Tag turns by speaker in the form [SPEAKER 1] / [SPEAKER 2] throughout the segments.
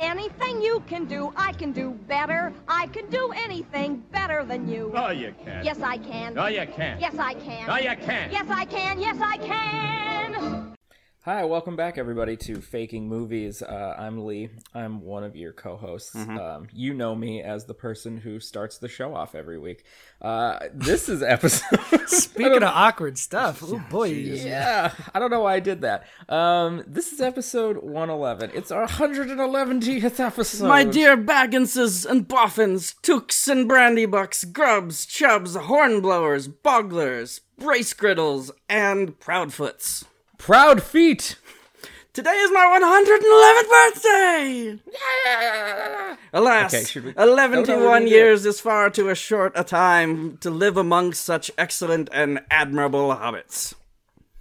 [SPEAKER 1] Anything you can do, I can do better. I can do anything better than you.
[SPEAKER 2] No, you can't.
[SPEAKER 1] Yes, I can.
[SPEAKER 2] No, you can't.
[SPEAKER 1] Yes, I can.
[SPEAKER 2] No, you can't.
[SPEAKER 1] Yes, I can. Yes, I can.
[SPEAKER 3] Hi, welcome back, everybody, to Faking Movies. Uh, I'm Lee. I'm one of your co hosts.
[SPEAKER 4] Mm-hmm.
[SPEAKER 3] Um, you know me as the person who starts the show off every week. Uh, this is episode.
[SPEAKER 5] Speaking of awkward stuff, oh boy,
[SPEAKER 3] Yeah, I don't know why I did that. Um, this is episode 111. It's our 111th episode.
[SPEAKER 4] My dear Bagginses and Boffins, Tooks and Brandybucks, Grubs, Chubs, Hornblowers, Bogglers, Brace Griddles, and Proudfoots.
[SPEAKER 3] Proud feet.
[SPEAKER 4] Today is my 111th birthday! Ah! Alas,
[SPEAKER 3] Okay, should we-
[SPEAKER 4] 11
[SPEAKER 3] No,
[SPEAKER 4] to
[SPEAKER 3] no, we
[SPEAKER 4] 1
[SPEAKER 3] need to-
[SPEAKER 4] years is far too a short a time to live among such excellent and admirable hobbits.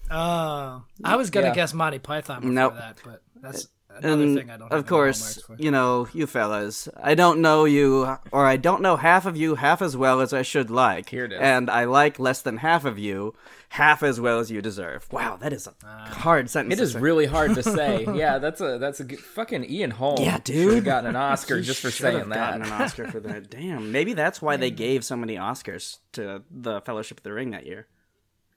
[SPEAKER 5] Oh, I was gonna
[SPEAKER 3] Yeah. Uh, um,
[SPEAKER 5] guess Monty Python before
[SPEAKER 4] Nope.
[SPEAKER 5] that, but that's another
[SPEAKER 4] And
[SPEAKER 5] thing I don't. have
[SPEAKER 4] of
[SPEAKER 5] the
[SPEAKER 4] course,
[SPEAKER 5] hallmarks for.
[SPEAKER 4] you know, you fellas, I don't know you, or I don't know half of you half as well as I should like.
[SPEAKER 3] Here it is.
[SPEAKER 4] And I like less than half of you half as well as you deserve. Wow, that is a
[SPEAKER 5] Ah.
[SPEAKER 4] hard sentence.
[SPEAKER 3] It
[SPEAKER 4] to
[SPEAKER 3] is
[SPEAKER 4] say.
[SPEAKER 3] really hard to say. Yeah, that's a that's a good, fucking Ian Holm.
[SPEAKER 4] Yeah,
[SPEAKER 3] should have
[SPEAKER 4] dude.
[SPEAKER 3] gotten an Oscar just for
[SPEAKER 4] Should
[SPEAKER 3] saying
[SPEAKER 4] have gotten an
[SPEAKER 3] that.
[SPEAKER 4] Oscar for that. Damn, maybe that's why they gave so many Oscars to the Fellowship of the Ring that year.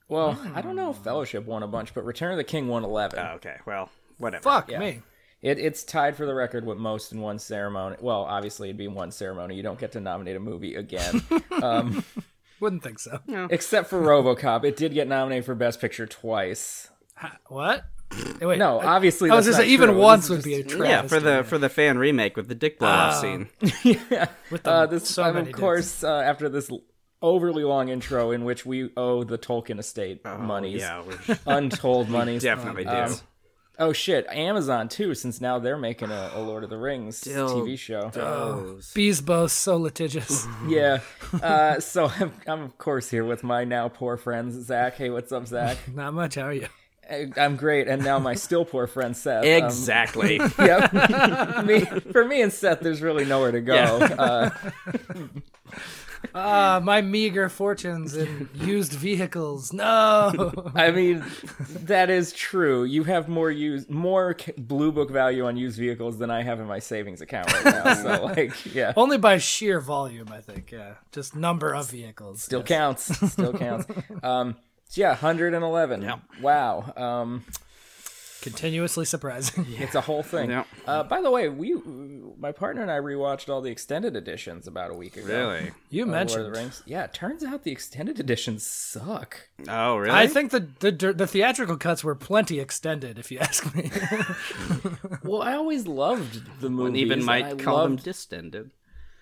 [SPEAKER 3] Well, I don't know if Fellowship won a bunch, but Return of the King won eleven.
[SPEAKER 4] Okay, well, whatever.
[SPEAKER 5] Fuck me.
[SPEAKER 3] It, it's tied for the record with most in one ceremony. Well, obviously it'd be one ceremony. You don't get to nominate a movie again,
[SPEAKER 5] Wouldn't think so.
[SPEAKER 3] except for RoboCop. It did get nominated for Best Picture twice.
[SPEAKER 5] What? Hey, wait.
[SPEAKER 3] No, obviously.
[SPEAKER 5] I was
[SPEAKER 3] that's
[SPEAKER 5] just
[SPEAKER 3] not
[SPEAKER 5] even
[SPEAKER 3] true.
[SPEAKER 5] once
[SPEAKER 3] This
[SPEAKER 5] would
[SPEAKER 3] is
[SPEAKER 5] be a
[SPEAKER 3] just-
[SPEAKER 5] travesty.
[SPEAKER 4] Yeah, for the for the fan remake with the dick blow
[SPEAKER 3] Ah,
[SPEAKER 4] off scene.
[SPEAKER 5] with the,
[SPEAKER 3] Uh, this
[SPEAKER 5] so
[SPEAKER 3] time,
[SPEAKER 5] many
[SPEAKER 3] of
[SPEAKER 5] dicks.
[SPEAKER 3] course, uh, after this l- overly long intro in which we owe the Tolkien estate monies,
[SPEAKER 4] Oh, Yeah, we
[SPEAKER 3] untold monies,
[SPEAKER 4] definitely do.
[SPEAKER 3] Um, Oh shit, Amazon too, since now they're making a, a Lord of the Rings
[SPEAKER 4] Still-
[SPEAKER 3] TV show. oh,
[SPEAKER 5] Bees both so litigious.
[SPEAKER 3] Yeah. Uh, so I'm, I'm of course here with my now poor friend Zach. Hey, what's up, Zach?
[SPEAKER 5] Not much. How are you?
[SPEAKER 3] I- I'm great, and now my still poor friend Seth. Um,
[SPEAKER 4] Exactly.
[SPEAKER 3] yep. me, for me and Seth, there's really nowhere to go.
[SPEAKER 4] Yeah.
[SPEAKER 3] Uh,
[SPEAKER 5] Uh, my meager fortunes in used vehicles. No.
[SPEAKER 3] I mean, that is true. You have more use, more c- blue book value on used vehicles than I have in my savings account right now. so like, yeah.
[SPEAKER 5] Only by sheer volume, I think. Yeah, just number of vehicles.
[SPEAKER 3] Still
[SPEAKER 5] Yes.
[SPEAKER 3] counts. Still counts. Um, so yeah, 111. Wow. Um,
[SPEAKER 5] Continuously surprising.
[SPEAKER 3] it's a whole thing.
[SPEAKER 4] Yeah.
[SPEAKER 3] Uh, by the way, we, my partner and I rewatched all the extended editions about a week ago.
[SPEAKER 4] really?
[SPEAKER 5] You
[SPEAKER 3] Of Lord of
[SPEAKER 5] mentioned.
[SPEAKER 3] the Rings. Yeah, it turns out the extended editions suck.
[SPEAKER 4] Oh, really?
[SPEAKER 5] I think the, the the theatrical cuts were plenty extended, if you ask me.
[SPEAKER 3] Well, I always loved the movies.
[SPEAKER 4] one even
[SPEAKER 3] and
[SPEAKER 4] might
[SPEAKER 3] I
[SPEAKER 4] call them
[SPEAKER 3] loved...
[SPEAKER 4] distended.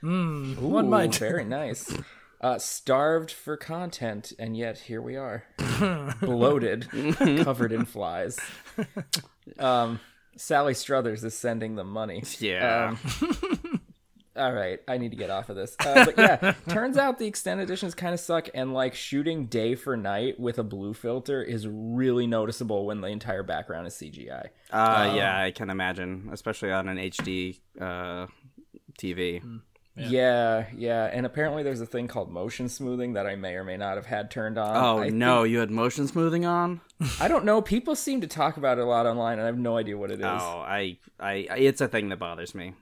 [SPEAKER 3] Ooh,
[SPEAKER 5] One might.
[SPEAKER 3] Very nice. Uh, starved for content, and yet here we are, bloated, covered in flies. Um, Sally Struthers is sending them money.
[SPEAKER 4] Yeah.
[SPEAKER 3] Um, All right, I need to get off of this. Uh, but yeah, turns out the extended editions kind of suck, and like shooting day for night with a blue filter is really noticeable when the entire background is CGI.
[SPEAKER 4] Uh, yeah, I can imagine, especially on an HD uh, TV.
[SPEAKER 3] Yeah, yeah, and apparently there's a thing called motion smoothing that I may or may not have had turned on.
[SPEAKER 4] Oh
[SPEAKER 3] I
[SPEAKER 4] no, you had motion smoothing on.
[SPEAKER 3] I don't know. People seem to talk about it a lot online, and I have no idea what it is.
[SPEAKER 4] Oh, I, I, I, it's a thing that bothers me.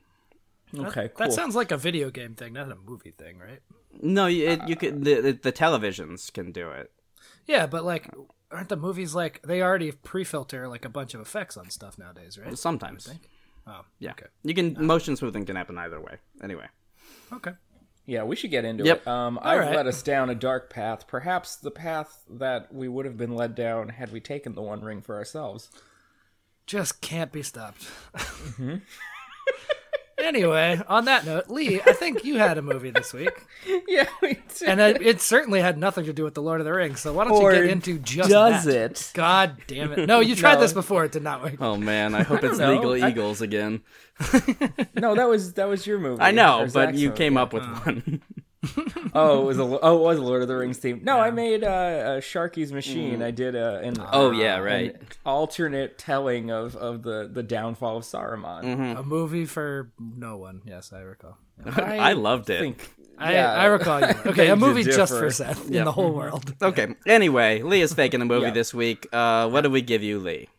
[SPEAKER 3] okay, cool.
[SPEAKER 5] That sounds like a video game thing, not a movie thing, right?
[SPEAKER 4] No, you, it, you could the, the, the televisions can do it.
[SPEAKER 5] Yeah, but like, aren't the movies like they already pre-filter like a bunch of effects on stuff nowadays, right?
[SPEAKER 4] Sometimes.
[SPEAKER 5] Oh,
[SPEAKER 4] Yeah,
[SPEAKER 5] Okay.
[SPEAKER 4] you can motion smoothing can happen either way. Anyway,
[SPEAKER 5] Okay.
[SPEAKER 3] yeah, we should get into
[SPEAKER 4] Yep.
[SPEAKER 3] it. Um, I've
[SPEAKER 5] right.
[SPEAKER 3] led us down a dark path, perhaps the path that we would have been led down had we taken the One Ring for ourselves.
[SPEAKER 5] Just can't be stopped.
[SPEAKER 3] Mm-hmm.
[SPEAKER 5] anyway, on that note, Lee, I think you had a movie this week,
[SPEAKER 3] yeah, we did.
[SPEAKER 5] and I, it certainly had nothing to do with the Lord of the Rings. So why don't
[SPEAKER 3] Or
[SPEAKER 5] you get into just
[SPEAKER 3] does
[SPEAKER 5] that?
[SPEAKER 3] it?
[SPEAKER 5] God damn it! No, you tried
[SPEAKER 3] No.
[SPEAKER 5] this before; it did not work.
[SPEAKER 4] oh man, I hope it's
[SPEAKER 3] know.
[SPEAKER 4] legal
[SPEAKER 3] I-
[SPEAKER 4] eagles again.
[SPEAKER 3] no, that was that was your movie.
[SPEAKER 4] I know,
[SPEAKER 3] or
[SPEAKER 4] but
[SPEAKER 3] Zach's
[SPEAKER 4] you
[SPEAKER 3] movie.
[SPEAKER 4] came up with one.
[SPEAKER 3] oh, it was a, oh, it was Lord of the Rings theme. No, I made uh, uh, Sharky's Machine. I did uh, an
[SPEAKER 6] Oh, yeah, right.
[SPEAKER 3] an alternate telling of, of the, the downfall of Saruman.
[SPEAKER 5] A movie for no one. Yes, I recall.
[SPEAKER 3] Mm-hmm.
[SPEAKER 2] I loved it.
[SPEAKER 3] think-
[SPEAKER 5] I,
[SPEAKER 3] yeah.
[SPEAKER 5] I recall you. Okay,
[SPEAKER 3] Beg
[SPEAKER 5] a
[SPEAKER 3] to
[SPEAKER 5] movie just
[SPEAKER 3] differ.
[SPEAKER 5] for Seth in the whole world.
[SPEAKER 6] Okay. Anyway, Lee is faking a movie
[SPEAKER 3] Yeah.
[SPEAKER 6] this week. Uh, what do we give you, Lee?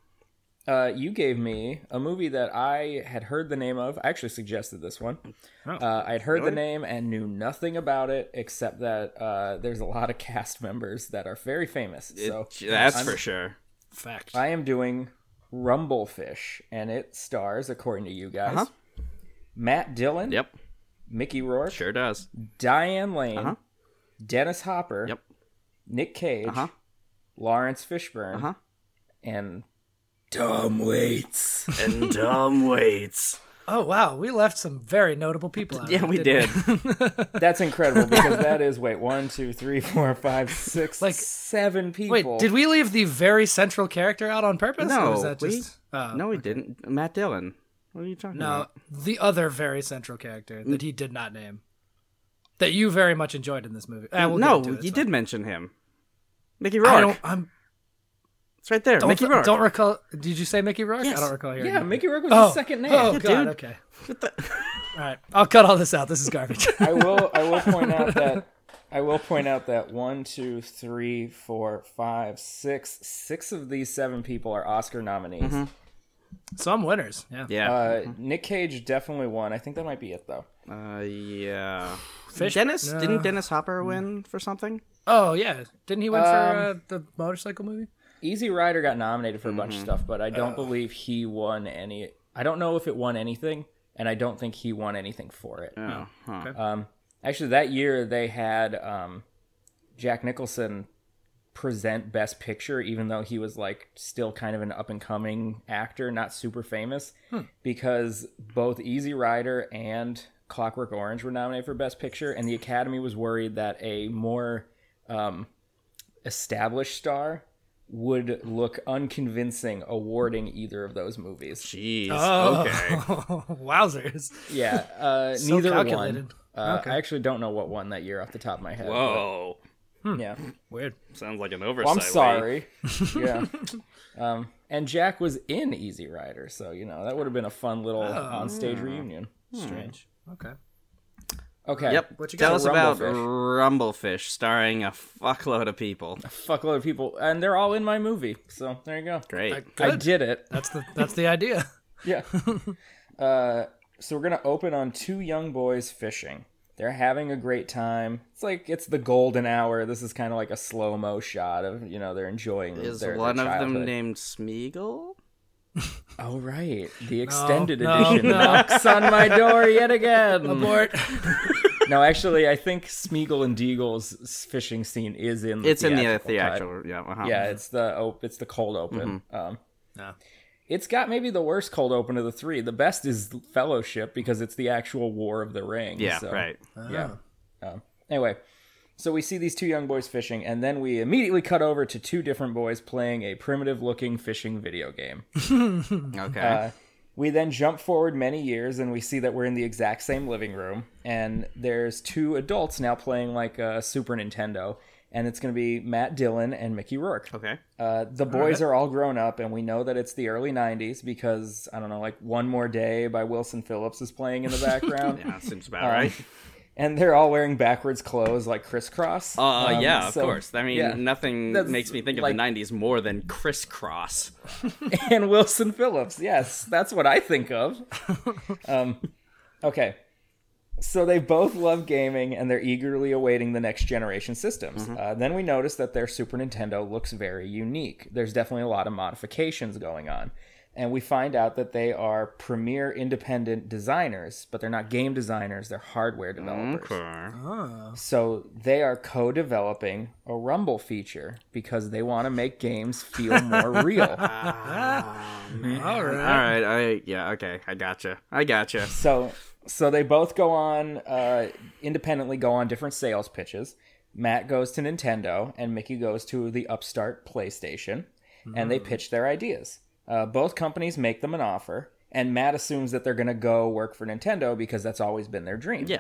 [SPEAKER 3] Uh, you gave me a movie that I had heard the name of. I actually suggested this one. Uh, I had heard the name and knew nothing about it except that uh, there's a lot of cast members that are very famous. so
[SPEAKER 6] That's
[SPEAKER 3] I'm-
[SPEAKER 6] for sure.
[SPEAKER 5] Fact.
[SPEAKER 3] I am doing Rumblefish, and it stars, according to you guys,
[SPEAKER 6] Uh-huh.
[SPEAKER 3] Matt Dillon,
[SPEAKER 6] Yep.
[SPEAKER 3] Mickey Rourke,
[SPEAKER 6] Sure does.
[SPEAKER 3] Diane Lane,
[SPEAKER 6] Uh-huh.
[SPEAKER 3] Dennis Hopper,
[SPEAKER 6] Yep.
[SPEAKER 3] Nick Cage,
[SPEAKER 6] Uh-huh.
[SPEAKER 3] Lawrence Fishburne,
[SPEAKER 6] Uh-huh.
[SPEAKER 3] and Tom Waits.
[SPEAKER 2] And Tom waits.
[SPEAKER 5] oh wow, we left some very notable people out.
[SPEAKER 6] Yeah, we
[SPEAKER 5] didn't
[SPEAKER 6] did.
[SPEAKER 3] That's incredible because that is wait one two three four five six like
[SPEAKER 5] Like-
[SPEAKER 3] seven people.
[SPEAKER 5] Wait, did we leave the very central character out on purpose? or
[SPEAKER 6] No,
[SPEAKER 5] was that
[SPEAKER 6] we-
[SPEAKER 5] just oh,
[SPEAKER 6] no, we didn't. Matt Dillon. What are you talking
[SPEAKER 5] no,
[SPEAKER 6] about?
[SPEAKER 5] the other very central character that he did not name. That you very much enjoyed in this movie. Ah, we'll get
[SPEAKER 6] no,
[SPEAKER 5] into it, it's
[SPEAKER 6] you
[SPEAKER 5] fine.
[SPEAKER 6] did mention him. Mickey
[SPEAKER 5] I
[SPEAKER 6] Rourke.
[SPEAKER 5] don't. I'm.
[SPEAKER 6] It's right there.
[SPEAKER 5] Don't,
[SPEAKER 6] Mickey Rourke.
[SPEAKER 5] don't recall. Did you say Mickey Rourke? I don't recall hearing.
[SPEAKER 3] Yeah,
[SPEAKER 5] that.
[SPEAKER 3] Mickey Rourke was
[SPEAKER 5] Oh,
[SPEAKER 3] his second name.
[SPEAKER 5] Oh
[SPEAKER 6] Yeah,
[SPEAKER 5] god.
[SPEAKER 6] dude.
[SPEAKER 5] Okay. All right. I'll cut all this out. This is garbage.
[SPEAKER 3] I will I will point out that I will point out that one two three four five six six of these seven people are Oscar nominees.
[SPEAKER 5] Some winners. Yeah.
[SPEAKER 6] yeah.
[SPEAKER 3] Uh, Nick Cage definitely won. I think that might be it though.
[SPEAKER 6] Uh, yeah.
[SPEAKER 5] Fish-
[SPEAKER 6] Dennis
[SPEAKER 5] No. Mm.
[SPEAKER 6] didn't Dennis Hopper win for something?
[SPEAKER 5] Oh yeah. Didn't he win for uh, the motorcycle movie?
[SPEAKER 3] Easy Rider got nominated for a bunch of stuff, but I don't believe he won any. I don't know if it won anything, and I don't think he won anything for it.
[SPEAKER 6] Oh, huh.
[SPEAKER 3] Um, Actually, that year they had um, Jack Nicholson present Best Picture, even though he was like still kind of an up and coming actor, not super famous,
[SPEAKER 5] Hmm.
[SPEAKER 3] because both Easy Rider and Clockwork Orange were nominated for Best Picture, and the Academy was worried that a more um, established star would look unconvincing awarding either of those movies.
[SPEAKER 6] Jeez.
[SPEAKER 5] Oh,
[SPEAKER 2] Okay.
[SPEAKER 5] wowzers!
[SPEAKER 3] Yeah, uh,
[SPEAKER 5] So
[SPEAKER 3] neither one.
[SPEAKER 5] calculated.
[SPEAKER 3] Uh,
[SPEAKER 5] Okay.
[SPEAKER 3] I actually don't know what one that year off the top of my head.
[SPEAKER 2] Whoa.
[SPEAKER 3] but- Yeah.
[SPEAKER 5] Weird.
[SPEAKER 2] Sounds like an oversight.
[SPEAKER 3] Well, I'm
[SPEAKER 2] Lee.
[SPEAKER 3] sorry. yeah. Um, and Jack was in Easy Rider, so you know that would have been a fun little
[SPEAKER 6] Oh,
[SPEAKER 3] on-stage reunion.
[SPEAKER 5] Strange. Okay.
[SPEAKER 3] Okay.
[SPEAKER 6] Hmm. Yep.
[SPEAKER 5] What you
[SPEAKER 6] Tell
[SPEAKER 5] got?
[SPEAKER 6] us about Rumblefish, starring a fuckload of people.
[SPEAKER 3] Fuckload of people, and they're all in my movie. So there you go.
[SPEAKER 6] Great.
[SPEAKER 3] I
[SPEAKER 5] Good.
[SPEAKER 3] did it.
[SPEAKER 5] That's the that's the idea.
[SPEAKER 3] Yeah. uh, so we're gonna open on two young boys fishing. They're having a great time. It's like it's the golden hour. This is kind of like a slow mo shot of you know they're enjoying.
[SPEAKER 6] Is
[SPEAKER 3] their, their
[SPEAKER 6] one of them
[SPEAKER 3] childhood.
[SPEAKER 6] named Smeagol?
[SPEAKER 3] Oh right, the extended
[SPEAKER 5] no,
[SPEAKER 3] edition
[SPEAKER 5] no.
[SPEAKER 3] knocks on my door yet again.
[SPEAKER 5] Abort.
[SPEAKER 3] No, actually, I think Smeagol and Deagle's fishing scene is in. The
[SPEAKER 6] It's in the uh,
[SPEAKER 3] cut.
[SPEAKER 6] theatrical. Mm-hmm. Yeah. Uh-huh.
[SPEAKER 3] Yeah, it's the op- it's the cold open. Um,
[SPEAKER 5] No.
[SPEAKER 3] it's got maybe the worst cold open of the three. The best is Fellowship because it's the actual War of the Ring.
[SPEAKER 6] Yeah,
[SPEAKER 3] so,
[SPEAKER 6] Right.
[SPEAKER 3] Yeah. Um, anyway, so we see these two young boys fishing, and then we immediately cut over to two different boys playing a primitive-looking fishing video game.
[SPEAKER 6] Okay.
[SPEAKER 4] Uh,
[SPEAKER 3] We then jump forward many years and we see that we're in the exact same living room and there's two adults now playing like a Super Nintendo and it's going to be Matt Dillon and Mickey Rourke.
[SPEAKER 6] okay.
[SPEAKER 4] um,
[SPEAKER 3] Uh, the boys are all grown up and we know that it's the early 90s because I don't know like One More Day by Wilson Phillips is playing in the background
[SPEAKER 6] Yeah, that seems
[SPEAKER 4] um,
[SPEAKER 6] about right.
[SPEAKER 3] and they're all wearing backwards clothes like crisscross.
[SPEAKER 6] Uh,
[SPEAKER 3] Um,
[SPEAKER 6] yeah, of
[SPEAKER 3] so-
[SPEAKER 6] course. I mean,
[SPEAKER 3] yeah.
[SPEAKER 6] nothing
[SPEAKER 3] That's
[SPEAKER 6] makes me think of
[SPEAKER 3] like-
[SPEAKER 6] the '90s more than crisscross.
[SPEAKER 3] and Wilson Phillips. Yes, that's what I think of. um, okay. So they both love gaming and they're eagerly awaiting the next generation systems. Uh, then we notice that their Super Nintendo looks very unique. There's definitely a lot of modifications going on. And we find out that they are premier independent designers, but they're not game designers, they're hardware developers. So they are co-developing a Rumble feature because they want to make games feel more real.
[SPEAKER 5] All
[SPEAKER 6] All
[SPEAKER 5] right.
[SPEAKER 6] right. I yeah. Okay. I gotcha. I gotcha.
[SPEAKER 3] So so they both go on uh, independently go on different sales pitches. Matt goes to Nintendo and Mickey goes to the upstart PlayStation, and they pitch their ideas. Uh, both companies make them an offer, and Matt assumes that they're going to go work for Nintendo because that's always been their dream.
[SPEAKER 6] Yeah.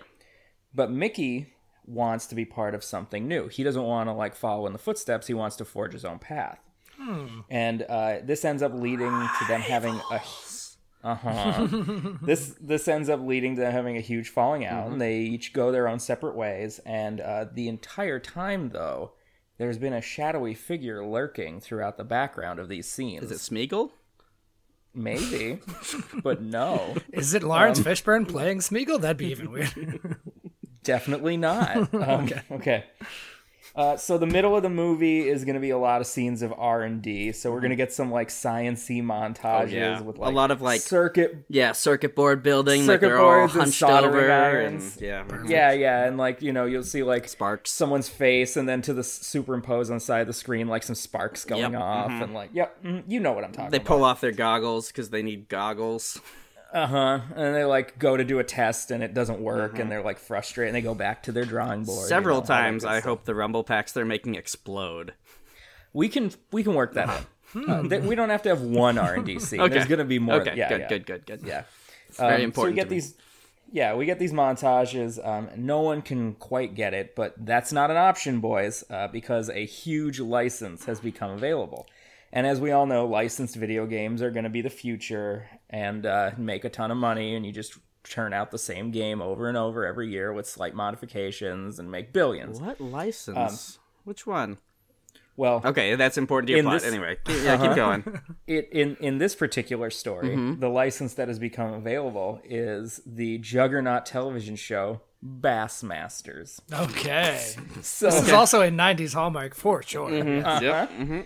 [SPEAKER 3] But Mickey wants to be part of something new. He doesn't want to like follow in the footsteps. He wants to forge his own path.
[SPEAKER 4] Hmm.
[SPEAKER 3] And uh, this ends up leading to them having a uh huh. this this ends up leading to them having a huge falling out,
[SPEAKER 4] Mm-hmm.
[SPEAKER 3] and they each go their own separate ways. And uh, the entire time, though, there's been a shadowy figure lurking throughout the background of these scenes.
[SPEAKER 4] Is it Smeagol?
[SPEAKER 3] Maybe, but no.
[SPEAKER 5] Is it Lawrence Fishburne playing Smeagol? That'd be even weird.
[SPEAKER 3] Definitely not. Um, okay. Uh, so the middle of the movie is going to be a lot of scenes of R and D. So we're going to get some like sciency montages
[SPEAKER 4] Mm-hmm. Oh, yeah.
[SPEAKER 3] with
[SPEAKER 4] A
[SPEAKER 3] like
[SPEAKER 4] lot of, like-
[SPEAKER 3] circuit.
[SPEAKER 4] Yeah, circuit board building.
[SPEAKER 3] Circuit
[SPEAKER 4] like they're all
[SPEAKER 3] boards and
[SPEAKER 4] hunched
[SPEAKER 3] soldering
[SPEAKER 4] over.
[SPEAKER 3] irons.
[SPEAKER 4] And, yeah.
[SPEAKER 3] Yeah, yeah, and like you know, you'll see like
[SPEAKER 4] Sparks.
[SPEAKER 3] someone's face, and then to the s- superimpose on the side of the screen like some sparks going
[SPEAKER 4] Yep. Mm-hmm.
[SPEAKER 3] off, and like, yep, mm, you know what I'm talking
[SPEAKER 4] They
[SPEAKER 3] about.
[SPEAKER 4] pull off their goggles because they need goggles.
[SPEAKER 3] Uh huh. And they like go to do a test, and it doesn't work, and they're like frustrated, and they go back to their drawing board. you
[SPEAKER 4] Mm-hmm. Several
[SPEAKER 3] know, all that
[SPEAKER 4] times,
[SPEAKER 3] good
[SPEAKER 4] I
[SPEAKER 3] stuff.
[SPEAKER 4] hope the rumble packs they're making explode.
[SPEAKER 3] we can we can work that out. Uh, th- we don't have to have one R and D scene. There's gonna be more.
[SPEAKER 4] Hmm. Okay,
[SPEAKER 3] yeah,
[SPEAKER 4] good,
[SPEAKER 3] yeah.
[SPEAKER 4] good, good, good.
[SPEAKER 3] Yeah.
[SPEAKER 4] very
[SPEAKER 3] Um, So
[SPEAKER 4] important
[SPEAKER 3] we get
[SPEAKER 4] to me.
[SPEAKER 3] these. Yeah, we get these montages. Um, no one can quite get it, but that's not an option, boys, uh, because a huge license has become available. And as we all know, licensed video games are going to be the future and uh, make a ton of money, and you just turn out the same game over and over every year with slight modifications and make billions.
[SPEAKER 4] What license? Which one?
[SPEAKER 3] Well,
[SPEAKER 4] Okay, that's important to your
[SPEAKER 3] Um, In
[SPEAKER 4] plot.
[SPEAKER 3] this- Uh-huh.
[SPEAKER 4] Anyway, Keep- yeah, keep going.
[SPEAKER 3] it in in this particular story, the license that has become available is the juggernaut television show Bassmasters.
[SPEAKER 5] Okay.
[SPEAKER 3] So,
[SPEAKER 5] This is also a 90s Hallmark for sure.
[SPEAKER 4] Mm-hmm.
[SPEAKER 3] Uh-huh.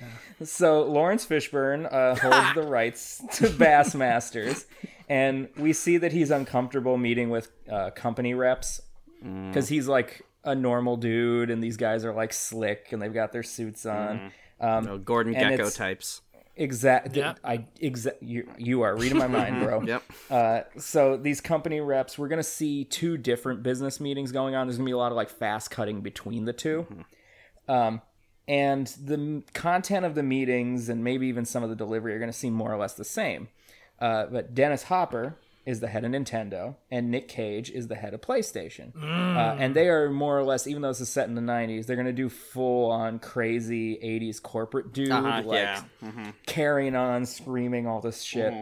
[SPEAKER 3] so Lawrence Fishburne uh, holds the rights to Bassmasters, and we see that he's uncomfortable meeting with uh, company reps because he's like a normal dude, and these guys are like slick and they've got their suits on.
[SPEAKER 4] No, Gordon
[SPEAKER 3] And
[SPEAKER 4] Gecko
[SPEAKER 3] it's-
[SPEAKER 4] types.
[SPEAKER 3] Exact.
[SPEAKER 5] Yeah.
[SPEAKER 3] I exact. You you are reading my mind, bro.
[SPEAKER 4] Yep.
[SPEAKER 3] Uh, so these company reps, we're gonna see two different business meetings going on. There's gonna be a lot of like fast cutting between the 2 Um,
[SPEAKER 4] Mm-hmm.
[SPEAKER 3] and the m- content of the meetings and maybe even some of the delivery are gonna seem more or less the same. Uh, but Dennis Hopper is the head of Nintendo, and Nick Cage is the head of PlayStation. Uh, and they are more or less, even though this is set in the '90s, they're gonna do full on crazy '80s corporate dude
[SPEAKER 4] Uh-huh,
[SPEAKER 3] like
[SPEAKER 4] yeah.
[SPEAKER 3] carrying on, screaming all this shit.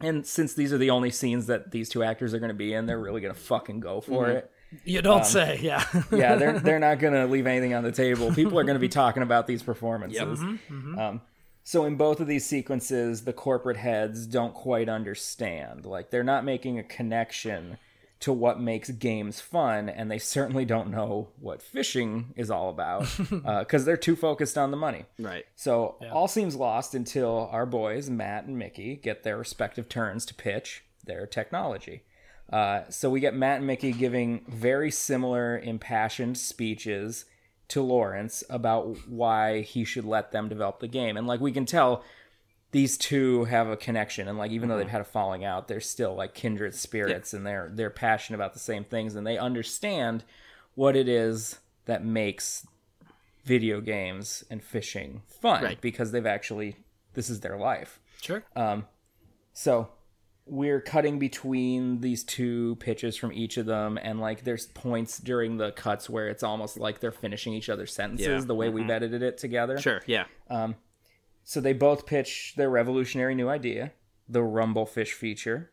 [SPEAKER 3] And since these are the only scenes that these two actors are going to be in, they're really going to fucking go for it.
[SPEAKER 5] You don't say, yeah.
[SPEAKER 3] Yeah, they're they're not going to leave anything on the table. People are going to be talking about these performances. Um, so in both of these sequences, the corporate heads don't quite understand. Like they're not making a connection to what makes games fun, and they certainly don't know what fishing is all about because they're too focused on the money.
[SPEAKER 4] Right.
[SPEAKER 3] So all seems lost until our boys, Matt and Mickey, get their respective turns to pitch their technology. Uh, so we get Matt and Mickey giving very similar impassioned speeches to Lawrence about why he should let them develop the game. And like we can tell, these two have a connection. And like even though they've had a falling out, they're still like kindred spirits and they're they're passionate about the same things and they understand what it is that makes video games and fishing fun
[SPEAKER 4] Right.
[SPEAKER 3] because they've actually this is their life.
[SPEAKER 5] Sure.
[SPEAKER 3] So we're cutting between these two pitches from each of them and like there's points during the cuts where it's almost like they're finishing each other's sentences
[SPEAKER 4] Yeah. Mm-hmm.
[SPEAKER 3] the way we've edited it together.
[SPEAKER 4] Sure. Yeah.
[SPEAKER 3] So they both pitch their revolutionary new idea, the Rumblefish feature.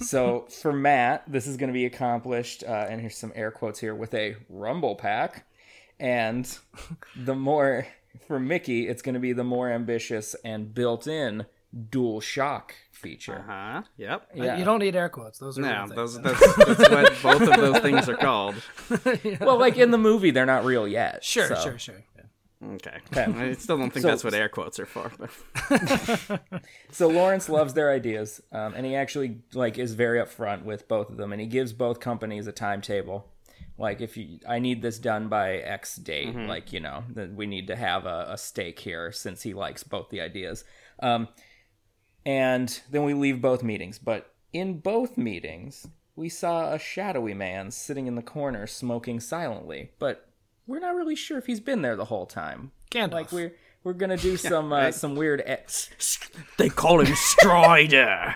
[SPEAKER 3] so for Matt, this is going to be accomplished, uh, and here's some air quotes here, with a rumble pack. And the more, for Mickey, it's going to be the more ambitious and built in dual shock feature.
[SPEAKER 4] Huh. Uh-huh, Yep.
[SPEAKER 3] Yeah.
[SPEAKER 5] You don't need air quotes. Those are real
[SPEAKER 4] No,
[SPEAKER 5] things.
[SPEAKER 4] those that's, that's what both of those things are called.
[SPEAKER 3] Well, like in the movie, they're not real yet.
[SPEAKER 5] Sure,
[SPEAKER 3] so-
[SPEAKER 5] sure, sure. Yeah.
[SPEAKER 4] Okay. I still don't think
[SPEAKER 3] So-
[SPEAKER 4] that's what air quotes are for. But
[SPEAKER 3] so Lawrence loves their ideas, um, and he actually like is very upfront with both of them, and he gives both companies a timetable. Like if you, I need this done by X date. Like you know, that we need to have a, a stake here since he likes both the ideas. Um, and then we leave both meetings, but in both meetings, we saw a shadowy man sitting in the corner smoking silently, but we're not really sure if he's been there the whole time.
[SPEAKER 5] Gandalf.
[SPEAKER 3] Like we're we're gonna do some uh, some weird. e-
[SPEAKER 4] they call him Strider.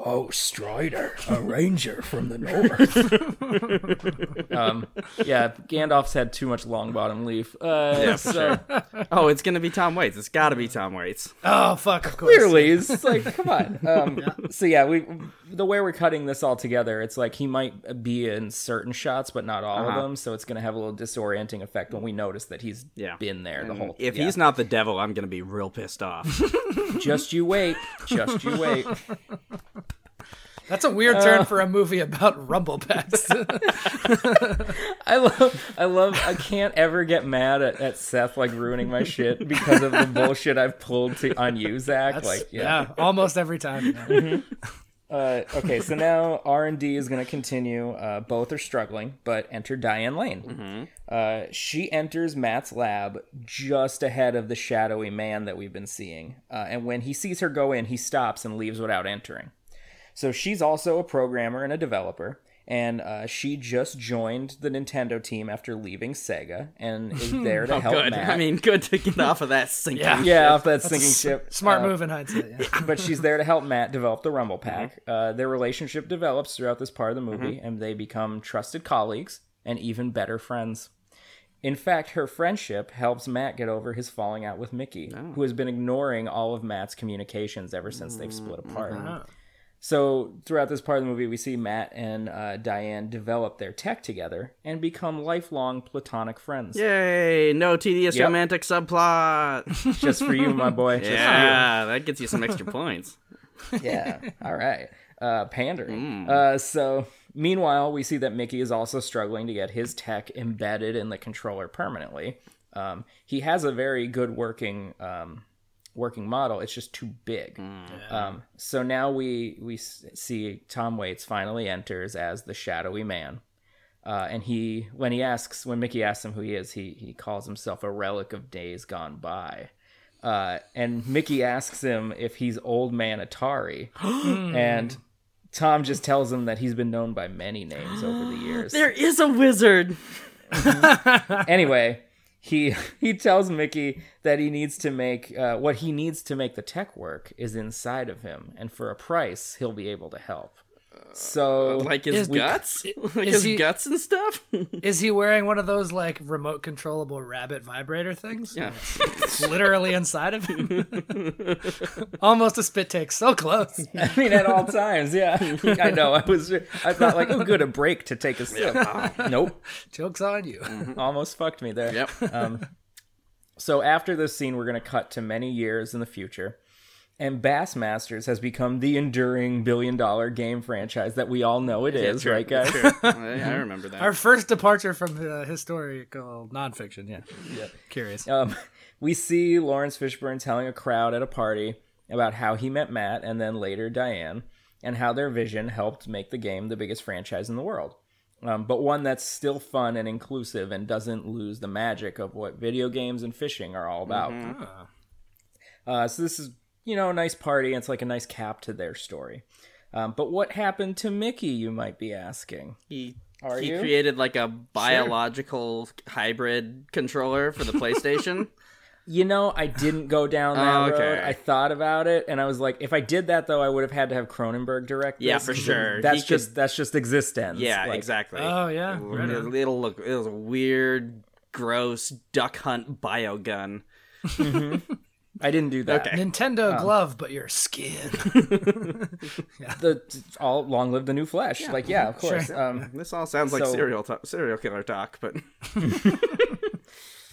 [SPEAKER 7] Oh, Strider, a ranger from the north.
[SPEAKER 3] yeah, Gandalf's had too much long bottom leaf. Uh, so
[SPEAKER 4] Oh, it's gonna be Tom Waits. It's gotta be Tom Waits.
[SPEAKER 5] Oh fuck! Of course.
[SPEAKER 3] clearly, it's like, come on. Um, So yeah, we the way we're cutting this all together, it's like he might be in certain shots, but not all
[SPEAKER 4] Uh-huh.
[SPEAKER 3] of them. So it's gonna have a little disorienting effect when we notice that he's
[SPEAKER 4] Yeah.
[SPEAKER 3] been there the whole.
[SPEAKER 4] If
[SPEAKER 3] yeah.
[SPEAKER 4] he's not the devil, I'm gonna be real pissed off.
[SPEAKER 3] just you wait, just you wait.
[SPEAKER 5] That's a weird turn for a movie about rumble packs.
[SPEAKER 3] I love, I love, I can't ever get mad at, at Seth like ruining my shit because of the bullshit I've pulled to on you, Zach. like, yeah.
[SPEAKER 5] yeah, almost every time. yeah.
[SPEAKER 3] Uh, okay, so now R and D is going to continue. Uh, both are struggling, but enter Diane Lane.
[SPEAKER 4] Mm-hmm.
[SPEAKER 3] Uh, she enters Matt's lab just ahead of the shadowy man that we've been seeing, uh, and when he sees her go in, he stops and leaves without entering. So she's also a programmer and a developer, and uh, she just joined the Nintendo team after leaving Sega and is there to help
[SPEAKER 4] Oh, good.
[SPEAKER 3] Matt.
[SPEAKER 4] I mean, good to get off of that sinking.
[SPEAKER 5] Yeah.
[SPEAKER 3] Oh, yeah, off that sinking ship.
[SPEAKER 5] Smart
[SPEAKER 3] Uh,
[SPEAKER 5] move in hindsight. Yeah.
[SPEAKER 3] but she's there to help Matt develop the Rumble Pack. Uh, their relationship develops throughout this part of the movie, and they become trusted colleagues and even better friends. In fact, her friendship helps Matt get over his falling out with Mickey, who has been ignoring all of Matt's communications ever since they've split apart. So, throughout this part of the movie, we see Matt and uh, Diane develop their tech together and become lifelong platonic friends.
[SPEAKER 4] Yay! No tedious
[SPEAKER 3] Yep.
[SPEAKER 4] romantic subplot.
[SPEAKER 3] Just for you, my boy. Just for you.
[SPEAKER 4] yeah, that gets you some extra points.
[SPEAKER 3] yeah. All right. Uh, pandering. Uh, so, meanwhile, we see that Mickey is also struggling to get his tech embedded in the controller permanently. Um, he has a very good working um, working model. It's just too big. Um, so now we we s- see Tom Waits finally enters as the shadowy man. Uh, and he, when he asks, when Mickey asks him who he is, he he calls himself a relic of days gone by. Uh, and Mickey asks him if he's old man Atari, and Tom just tells him that he's been known by many names over the years.
[SPEAKER 6] There is a wizard.
[SPEAKER 3] anyway, he he tells Mickey that he needs to make uh, what he needs to make the tech work is inside of him, and for a price, he'll be able to help. So,
[SPEAKER 4] Like his
[SPEAKER 5] we-
[SPEAKER 4] guts, like
[SPEAKER 5] is
[SPEAKER 4] his
[SPEAKER 5] he-
[SPEAKER 4] guts and stuff.
[SPEAKER 5] Is he wearing one of those like remote controllable rabbit vibrator things?
[SPEAKER 4] Yeah.
[SPEAKER 5] It's literally inside of him. Almost a spit take. So close.
[SPEAKER 3] I mean, at all times, yeah. I know. I was I thought like, oh, good, a break to take a sip. nope,
[SPEAKER 5] Joke's on you.
[SPEAKER 3] almost fucked me there.
[SPEAKER 4] yep.
[SPEAKER 3] So after this scene, we're going to cut to many years in the future. And Bassmasters has become the enduring billion dollar game franchise that we all know it is,
[SPEAKER 4] true,
[SPEAKER 3] right, guys?
[SPEAKER 4] I, I remember that.
[SPEAKER 5] Our first departure from uh, historical nonfiction. Yeah. Yeah. Curious.
[SPEAKER 3] Um, we see Lawrence Fishburne telling a crowd at a party about how he met Matt and then later Diane and how their vision helped make the game the biggest franchise in the world. Um, but one that's still fun and inclusive and doesn't lose the magic of what video games and fishing are all about. Uh, so this is, you know, a nice party. And it's like a nice cap to their story. Um, but what happened to Mickey, you might be asking?
[SPEAKER 4] he
[SPEAKER 3] Are
[SPEAKER 4] he
[SPEAKER 3] you?
[SPEAKER 4] created like a biological hybrid controller for the PlayStation.
[SPEAKER 3] You know, I didn't go down that
[SPEAKER 4] Oh, okay.
[SPEAKER 3] road. I thought about it, and I was like, if I did that though, I would have had to have Cronenberg direct.
[SPEAKER 4] Yeah,
[SPEAKER 3] this.
[SPEAKER 4] for sure.
[SPEAKER 3] That's
[SPEAKER 4] He could-
[SPEAKER 3] just that's just existence.
[SPEAKER 4] yeah,
[SPEAKER 3] Like,
[SPEAKER 4] exactly.
[SPEAKER 5] Oh yeah. Right on.
[SPEAKER 4] It'll, it'll look. It was a weird, gross duck hunt biogun.
[SPEAKER 3] I didn't do that.
[SPEAKER 4] Okay.
[SPEAKER 5] Nintendo glove, but your skin.
[SPEAKER 3] The all long live the new flesh. Like, yeah, of course. Um,
[SPEAKER 4] This all sounds like
[SPEAKER 3] So-
[SPEAKER 4] serial to- serial killer talk, but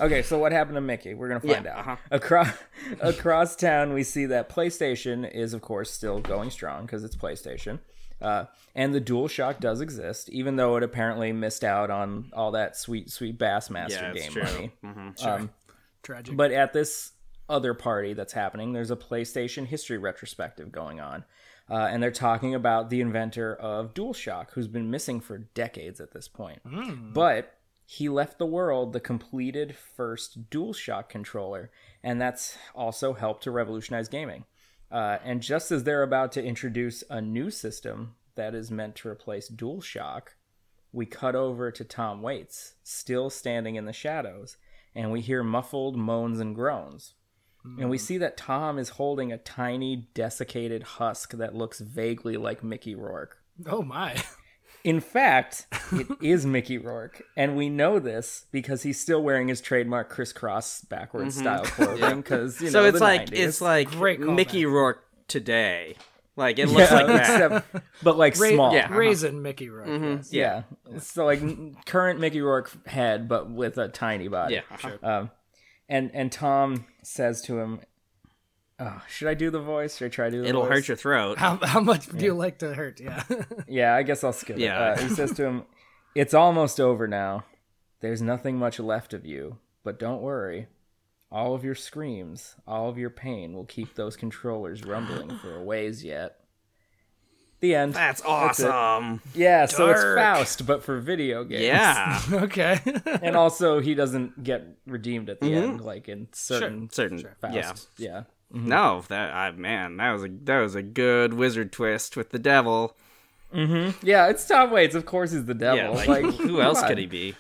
[SPEAKER 3] okay, so what happened to Mickey? We're gonna find out.
[SPEAKER 4] uh-huh.
[SPEAKER 3] Across across town, we see that PlayStation is, of course, still going strong because it's PlayStation. Uh, and the DualShock does exist, even though it apparently missed out on all that sweet, sweet Bassmaster
[SPEAKER 4] Yeah, it's
[SPEAKER 3] game
[SPEAKER 4] true.
[SPEAKER 3] money.
[SPEAKER 5] Tragic.
[SPEAKER 3] But at this other party that's happening, there's a PlayStation history retrospective going on. Uh, and they're talking about the inventor of DualShock, who's been missing for decades at this point. But he left the world the completed first DualShock controller, and that's also helped to revolutionize gaming. Uh, and just as they're about to introduce a new system that is meant to replace DualShock, we cut over to Tom Waits, still standing in the shadows, and we hear muffled moans and groans. And we see that Tom is holding a tiny desiccated husk that looks vaguely like Mickey Rourke.
[SPEAKER 5] Oh my.
[SPEAKER 3] In fact, it is Mickey Rourke, and we know this because he's still wearing his trademark crisscross backwards style clothing. Because you
[SPEAKER 4] so
[SPEAKER 3] know,
[SPEAKER 4] it's
[SPEAKER 3] the
[SPEAKER 4] like
[SPEAKER 3] 90s.
[SPEAKER 4] it's like
[SPEAKER 5] Great callback.
[SPEAKER 4] Mickey Rourke today. Like it looks
[SPEAKER 3] Yeah,
[SPEAKER 4] like that.
[SPEAKER 3] except- but like
[SPEAKER 5] Ra-
[SPEAKER 3] small. uh-huh.
[SPEAKER 4] yeah.
[SPEAKER 5] Raisin Mickey Rourke. yes.
[SPEAKER 3] Yeah. So like n- current Mickey Rourke head, but with a tiny body.
[SPEAKER 4] Yeah, sure.
[SPEAKER 3] Um, and and Tom says to him, oh, "Should I do the voice? Should I try to do the
[SPEAKER 4] It'll
[SPEAKER 3] voice?
[SPEAKER 4] hurt your throat.
[SPEAKER 5] How, how much do you like to hurt? Yeah.
[SPEAKER 3] Yeah, I guess I'll skip.
[SPEAKER 4] Yeah.
[SPEAKER 3] it. Uh, he says to him, "It's almost over now. There's nothing much left of you, but don't worry. All of your screams, all of your pain, will keep those controllers rumbling for a ways yet." The end.
[SPEAKER 4] That's
[SPEAKER 3] it.
[SPEAKER 4] awesome.
[SPEAKER 3] yeah, so it's
[SPEAKER 5] dark.
[SPEAKER 3] Faust, but for video games.
[SPEAKER 4] Yeah.
[SPEAKER 5] okay.
[SPEAKER 3] and also he doesn't get redeemed at the end, like in certain
[SPEAKER 4] Certain.
[SPEAKER 3] Faust.
[SPEAKER 4] Mm-hmm.
[SPEAKER 3] yeah.
[SPEAKER 4] Yeah.
[SPEAKER 5] Mm-hmm.
[SPEAKER 4] No, that I man, that was a that was a good wizard twist with the devil.
[SPEAKER 3] Yeah, it's Tom Waits. Of course, he's the devil.
[SPEAKER 4] Yeah, like,
[SPEAKER 3] like,
[SPEAKER 4] who
[SPEAKER 3] come
[SPEAKER 4] else could
[SPEAKER 3] on.
[SPEAKER 4] he be?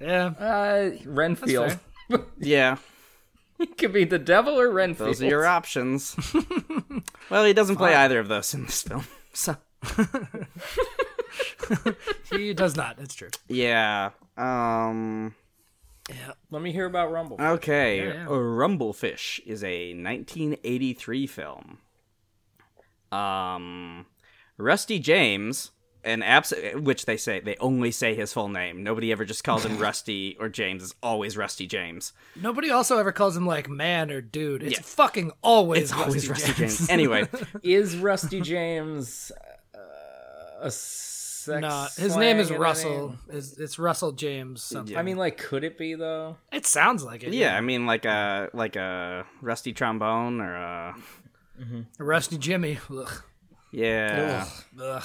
[SPEAKER 5] yeah.
[SPEAKER 3] Uh, Renfield.
[SPEAKER 5] fair.
[SPEAKER 4] Yeah,
[SPEAKER 3] he could be the devil or Renfield.
[SPEAKER 4] those are your options. well, he doesn't play either of those in this film. So
[SPEAKER 5] He does not. It's true.
[SPEAKER 4] yeah. Um.
[SPEAKER 3] Let me hear about Rumble.
[SPEAKER 4] Uh, Okay,
[SPEAKER 5] Yeah, yeah.
[SPEAKER 4] Rumblefish is a 1983 film. Um, Rusty James, an abs- which they say they only say his full name. Nobody ever just calls him Rusty or James. It's always Rusty James.
[SPEAKER 5] Nobody also ever calls him like man or dude. It's fucking always
[SPEAKER 4] It's
[SPEAKER 5] Rusty
[SPEAKER 4] always Rusty
[SPEAKER 5] James.
[SPEAKER 4] James. anyway,
[SPEAKER 3] Is Rusty James uh, a sex?
[SPEAKER 5] Nah, his
[SPEAKER 3] slang
[SPEAKER 5] name is
[SPEAKER 3] and a
[SPEAKER 5] Russell.
[SPEAKER 3] name?
[SPEAKER 5] Is it's Russell James? Something.
[SPEAKER 3] I mean, like, could it be though?
[SPEAKER 5] It sounds like it.
[SPEAKER 4] yeah, I mean like a like a rusty trombone or a
[SPEAKER 5] Rusty Jimmy. Ugh.
[SPEAKER 4] yeah
[SPEAKER 5] Ugh.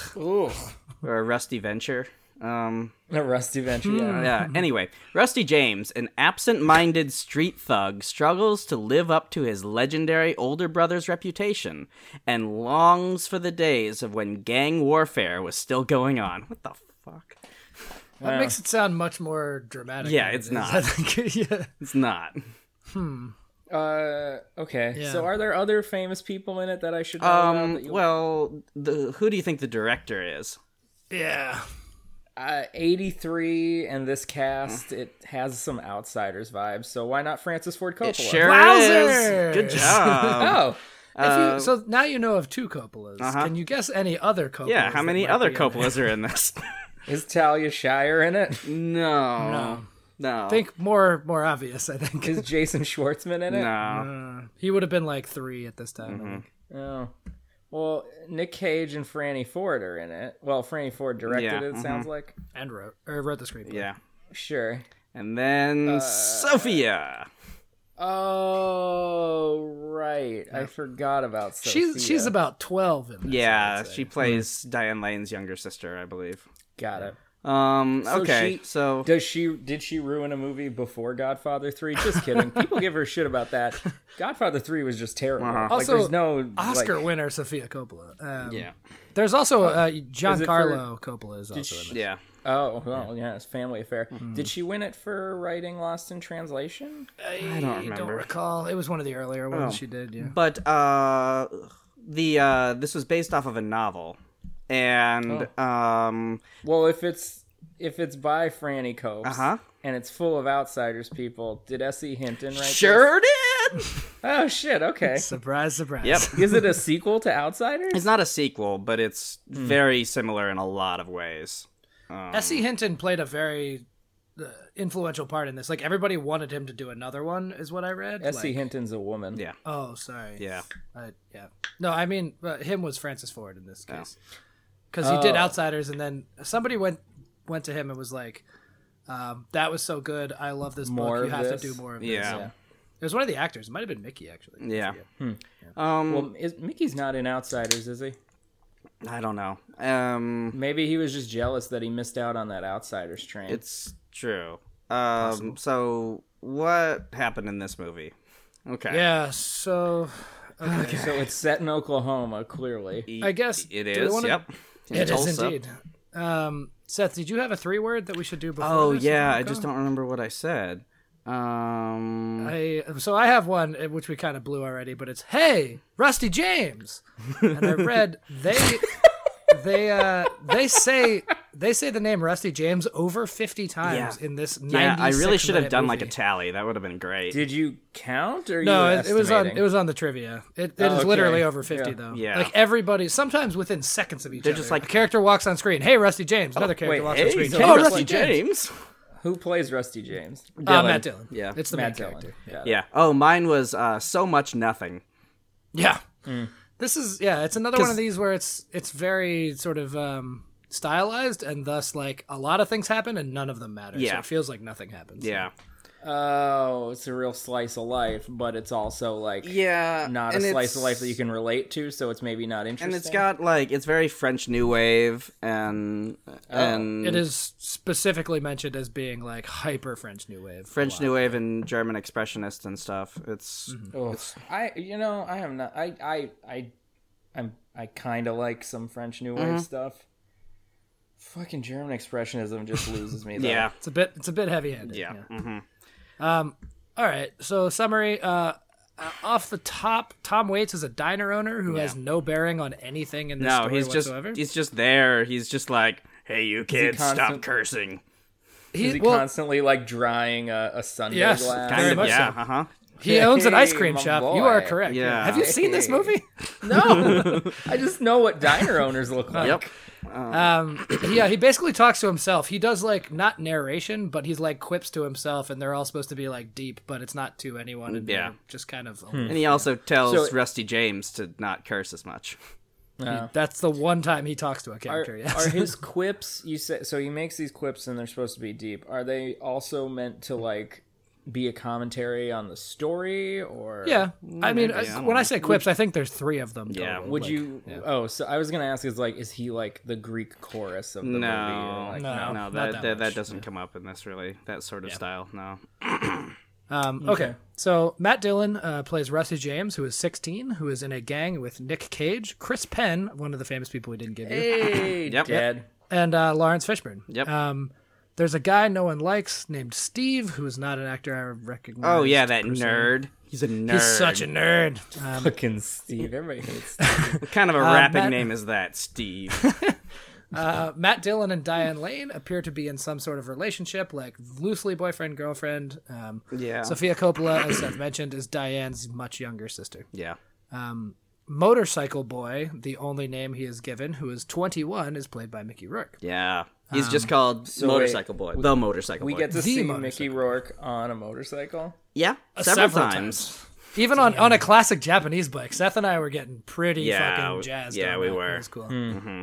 [SPEAKER 4] or a rusty venture. Um,
[SPEAKER 3] A Rusty Venture. Yeah.
[SPEAKER 4] Yeah. Anyway, Rusty James, an absent-minded street thug, struggles to live up to his legendary older brother's reputation and longs for the days of when gang warfare was still going on. What the fuck?
[SPEAKER 5] That makes it sound much more dramatic.
[SPEAKER 4] Yeah,
[SPEAKER 5] than it
[SPEAKER 4] it's
[SPEAKER 5] is,
[SPEAKER 4] not.
[SPEAKER 5] I think. yeah.
[SPEAKER 4] It's not.
[SPEAKER 3] Uh, okay.
[SPEAKER 5] Hmm. Yeah.
[SPEAKER 3] So, are there other famous people in it that I should know about? that
[SPEAKER 4] Um.
[SPEAKER 3] you-
[SPEAKER 4] Well, the who do you think the director is?
[SPEAKER 5] Yeah.
[SPEAKER 3] uh, 83 and this cast, it has some outsiders vibes. So, why not Francis Ford Coppola?
[SPEAKER 4] It sure um,
[SPEAKER 5] Wowzers!
[SPEAKER 4] is. Good job.
[SPEAKER 3] Oh,
[SPEAKER 5] If you,
[SPEAKER 4] Uh,
[SPEAKER 5] so now you know of two Coppolas. Can you guess any other Coppolas?
[SPEAKER 4] Uh-huh. yeah. How
[SPEAKER 5] that
[SPEAKER 4] many
[SPEAKER 5] might
[SPEAKER 4] other
[SPEAKER 5] be in there?
[SPEAKER 4] Coppolas are in this?
[SPEAKER 3] is Talia Shire in it?
[SPEAKER 4] no.
[SPEAKER 5] No.
[SPEAKER 4] No.
[SPEAKER 5] Think more more obvious. I think Uh,
[SPEAKER 3] Is Jason Schwartzman in it?
[SPEAKER 4] no.
[SPEAKER 5] he would have been like three at this time. I
[SPEAKER 4] Mm-hmm.
[SPEAKER 5] think.
[SPEAKER 3] Oh. Well, Nick Cage and Franny Ford are in it. Well, Franny Ford directed
[SPEAKER 4] Yeah,
[SPEAKER 3] it, it
[SPEAKER 4] mhm.
[SPEAKER 5] mm-hmm.
[SPEAKER 3] sounds like.
[SPEAKER 5] And wrote or wrote the screenplay.
[SPEAKER 4] Yeah.
[SPEAKER 3] Sure.
[SPEAKER 4] And then Sophia.
[SPEAKER 3] Oh, right. I forgot about Sophia.
[SPEAKER 5] She's she's about twelve in this.
[SPEAKER 4] Yeah, she plays Diane Lane's younger sister, I believe.
[SPEAKER 3] Got it.
[SPEAKER 4] Um, okay,
[SPEAKER 3] she-
[SPEAKER 4] so
[SPEAKER 3] Does she did she ruin a movie before Godfather 3? Just kidding. People give her shit about that. Godfather 3 was just terrible. Like
[SPEAKER 5] Uh-huh. Also,
[SPEAKER 3] there's no
[SPEAKER 5] Oscar
[SPEAKER 3] like,
[SPEAKER 5] winner Sophia Coppola. Um,
[SPEAKER 4] yeah,
[SPEAKER 5] There's also uh,
[SPEAKER 3] Is it
[SPEAKER 5] Giancarlo Coppola is also in
[SPEAKER 4] yeah,
[SPEAKER 3] Oh, well, yeah, it's family affair.
[SPEAKER 5] Mm-hmm.
[SPEAKER 3] Did she win it for writing Lost in Translation?
[SPEAKER 5] it. I don't remember. Don't recall. It was one of the earlier
[SPEAKER 4] Oh.
[SPEAKER 5] ones she did. Yeah.
[SPEAKER 4] but uh, the uh, this was based off of a novel, and um,
[SPEAKER 3] Well, if it's if it's by Franny Copes
[SPEAKER 4] Uh-huh.
[SPEAKER 3] and it's full of outsiders people, did S.E. Hinton write
[SPEAKER 4] sure did.
[SPEAKER 3] this? Oh shit, okay.
[SPEAKER 5] Surprise, surprise.
[SPEAKER 4] Yep.
[SPEAKER 3] Is it a sequel to Outsiders?
[SPEAKER 4] It's not a sequel, but it's very similar in a lot of ways.
[SPEAKER 5] Essie Hinton played a very uh, influential part in this. Like everybody wanted him to do another one, is what I read.
[SPEAKER 3] S.E.
[SPEAKER 5] Like-
[SPEAKER 3] E Hinton's a woman.
[SPEAKER 4] Yeah.
[SPEAKER 5] Oh, sorry.
[SPEAKER 4] Yeah,
[SPEAKER 5] I- Uh, yeah. No, I mean uh, him was Francis Ford in this case, because he
[SPEAKER 4] Oh.
[SPEAKER 5] did Outsiders, and then somebody went went to him and was like, um, "That was so good. I love this
[SPEAKER 3] More
[SPEAKER 5] book.
[SPEAKER 3] of
[SPEAKER 5] You have
[SPEAKER 3] this?"
[SPEAKER 5] to do more of this."
[SPEAKER 4] yeah, yeah.
[SPEAKER 5] It was one of the actors. It might have been Mickey actually.
[SPEAKER 4] Um,
[SPEAKER 3] Well, is, Mickey's not in Outsiders, is he?
[SPEAKER 4] I don't know. Um,
[SPEAKER 3] Maybe he was just jealous that he missed out on that Outsiders train.
[SPEAKER 4] it's true. Um, so what happened in this movie? Okay.
[SPEAKER 5] Yeah. So
[SPEAKER 3] so it's set in Oklahoma, clearly.
[SPEAKER 5] I guess
[SPEAKER 4] It
[SPEAKER 5] do we
[SPEAKER 4] is.
[SPEAKER 5] wanna-
[SPEAKER 4] Yep. In
[SPEAKER 5] It is
[SPEAKER 4] Tulsa.
[SPEAKER 5] indeed. Um, Seth, did you have a three word that we should do before?
[SPEAKER 4] Oh
[SPEAKER 5] this?
[SPEAKER 4] yeah,
[SPEAKER 5] Okay.
[SPEAKER 4] I just don't remember what I said. Um,
[SPEAKER 5] I so I have one uh, which we kind of blew already, but it's hey Rusty James, and I read they they uh they say they say the name Rusty James over fifty times in this.
[SPEAKER 4] yeah, I really
[SPEAKER 5] 96
[SPEAKER 4] should have
[SPEAKER 5] minute
[SPEAKER 4] done like a
[SPEAKER 5] movie.
[SPEAKER 4] tally. That would have been great.
[SPEAKER 3] Did you count or
[SPEAKER 5] No,
[SPEAKER 3] you were
[SPEAKER 5] it, it was on
[SPEAKER 3] estimating?
[SPEAKER 5] it was on the trivia. It, it is
[SPEAKER 3] Oh, okay.
[SPEAKER 5] literally over fifty
[SPEAKER 3] Yeah.
[SPEAKER 5] though.
[SPEAKER 4] Yeah.
[SPEAKER 5] like everybody. Sometimes within seconds of each
[SPEAKER 4] They're
[SPEAKER 5] other,
[SPEAKER 4] just like-
[SPEAKER 5] a character walks on screen. Hey, Rusty James. Another character
[SPEAKER 3] wait,
[SPEAKER 5] walks
[SPEAKER 3] hey,
[SPEAKER 5] on screen.
[SPEAKER 3] so
[SPEAKER 5] oh,
[SPEAKER 3] Rusty
[SPEAKER 5] Rusty James.
[SPEAKER 3] Who plays Rusty James?
[SPEAKER 5] Uh, Matt Dillon.
[SPEAKER 4] Yeah.
[SPEAKER 5] it's the
[SPEAKER 3] Matt
[SPEAKER 5] main
[SPEAKER 3] Dillon.
[SPEAKER 5] character.
[SPEAKER 3] Yeah.
[SPEAKER 4] Yeah. Oh, mine was uh, so much nothing.
[SPEAKER 5] Yeah.
[SPEAKER 4] Mm.
[SPEAKER 5] This is yeah, it's another one of these where it's it's very sort of um stylized and thus like a lot of things happen and none of them matter. So
[SPEAKER 4] Yeah.
[SPEAKER 5] it feels like nothing happens.
[SPEAKER 4] Yeah.
[SPEAKER 3] Oh, it's a real slice of life, but it's also like
[SPEAKER 6] Yeah,
[SPEAKER 3] not a
[SPEAKER 6] and
[SPEAKER 3] slice
[SPEAKER 6] it's-
[SPEAKER 3] of life that you can relate to, so it's maybe not interesting.
[SPEAKER 4] And it's got like it's very French New Wave and and
[SPEAKER 5] It is specifically mentioned as being like hyper French New Wave.
[SPEAKER 4] French New Wave and German Expressionist and stuff. It's
[SPEAKER 3] Ugh. I you know I am not I I I I'm I kind of like some French New Wave stuff. Fucking German Expressionism just loses me. Though.
[SPEAKER 4] yeah,
[SPEAKER 5] It's a bit it's a bit heavy handed.
[SPEAKER 4] yeah. hmm
[SPEAKER 5] All right. So summary, uh uh, off the top, Tom Waits is a diner owner who has no bearing on anything in this
[SPEAKER 4] No,
[SPEAKER 5] story
[SPEAKER 4] he's just
[SPEAKER 5] whatsoever.
[SPEAKER 4] he's just there. He's just like, hey, you kids, stop
[SPEAKER 3] constant-
[SPEAKER 4] cursing.
[SPEAKER 5] He-
[SPEAKER 3] Is he
[SPEAKER 5] well,
[SPEAKER 3] constantly like drying a, a sundae
[SPEAKER 5] Yes,
[SPEAKER 3] glass?
[SPEAKER 5] Very
[SPEAKER 4] Kind of,
[SPEAKER 5] much
[SPEAKER 4] yeah.
[SPEAKER 5] so.
[SPEAKER 4] Uh
[SPEAKER 3] Uh-huh.
[SPEAKER 4] huh.
[SPEAKER 5] he owns an ice
[SPEAKER 3] Hey,
[SPEAKER 5] cream
[SPEAKER 3] my
[SPEAKER 5] shop. You are
[SPEAKER 3] boy.
[SPEAKER 5] correct.
[SPEAKER 4] Yeah.
[SPEAKER 5] Have you seen this
[SPEAKER 3] Hey.
[SPEAKER 5] movie?
[SPEAKER 3] No, I just know what diner owners look like.
[SPEAKER 4] Yep.
[SPEAKER 5] Um, yeah, he basically talks to himself. He does like not narration, but he's like quips to himself, and they're all supposed to be like deep, but it's not to anyone. And
[SPEAKER 4] Yeah.
[SPEAKER 5] they're just kind of.
[SPEAKER 4] And he also tells
[SPEAKER 3] So-
[SPEAKER 4] Rusty James to not curse as much.
[SPEAKER 5] That's the one time he talks to a
[SPEAKER 3] Are,
[SPEAKER 5] character. yes.
[SPEAKER 3] are his quips? You say so. He makes these quips, and they're supposed to be deep. Are they also meant to like be a commentary on the story? Or
[SPEAKER 5] yeah, I mean, I-
[SPEAKER 4] I don't
[SPEAKER 5] when I say quips, I think there's three of them.
[SPEAKER 4] Yeah.
[SPEAKER 5] total,
[SPEAKER 3] Would
[SPEAKER 5] like-
[SPEAKER 3] you? Oh, so I was gonna ask: Is like, is he like the Greek chorus of the movie?
[SPEAKER 4] No,
[SPEAKER 3] or, like,
[SPEAKER 5] No,
[SPEAKER 4] no,
[SPEAKER 5] not
[SPEAKER 4] that
[SPEAKER 5] that
[SPEAKER 4] that, that
[SPEAKER 5] much.
[SPEAKER 4] doesn't come up in this really. That sort of style, no.
[SPEAKER 5] Um, okay. so Matt Dillon uh, plays Rusty James, who is 16, who is in a gang with Nick Cage, Chris Penn, one of the famous people we didn't give you,
[SPEAKER 3] Hey,
[SPEAKER 4] Yep.
[SPEAKER 3] Dad.
[SPEAKER 5] and uh, Lawrence Fishburne.
[SPEAKER 4] Yep.
[SPEAKER 5] Um, there's a guy no one likes named Steve, who is not an actor I recognize.
[SPEAKER 4] Oh yeah, that nerd. He's a nerd.
[SPEAKER 5] He's such a nerd. Um,
[SPEAKER 3] Fucking Steve. Everybody hates. Steve.
[SPEAKER 4] What kind of a rapping
[SPEAKER 5] Uh, Matt-
[SPEAKER 4] name is that, Steve?
[SPEAKER 5] uh, Matt Dillon and Diane Lane appear to be in some sort of relationship, like loosely boyfriend girlfriend. Um,
[SPEAKER 4] Yeah.
[SPEAKER 5] Sophia Coppola, as I've mentioned, is Diane's much younger sister.
[SPEAKER 4] yeah.
[SPEAKER 5] Motorcycle Boy, the only name he is given, who is 21, is played by Mickey Rourke.
[SPEAKER 4] Yeah. He's
[SPEAKER 5] Um,
[SPEAKER 4] just called
[SPEAKER 3] wait,
[SPEAKER 4] Motorcycle Boy. the Motorcycle
[SPEAKER 3] We
[SPEAKER 4] Boy.
[SPEAKER 3] get to
[SPEAKER 5] The
[SPEAKER 3] see
[SPEAKER 5] motorcycle.
[SPEAKER 3] Mickey Rourke on a motorcycle.
[SPEAKER 4] yeah, several,
[SPEAKER 5] Uh, several
[SPEAKER 4] times.
[SPEAKER 5] Even on, on a classic Japanese bike, Seth and I were getting pretty
[SPEAKER 4] Yeah,
[SPEAKER 5] fucking
[SPEAKER 4] we-
[SPEAKER 5] jazzed.
[SPEAKER 4] yeah,
[SPEAKER 5] on
[SPEAKER 4] we
[SPEAKER 5] that. It
[SPEAKER 4] were. Hmm.
[SPEAKER 5] was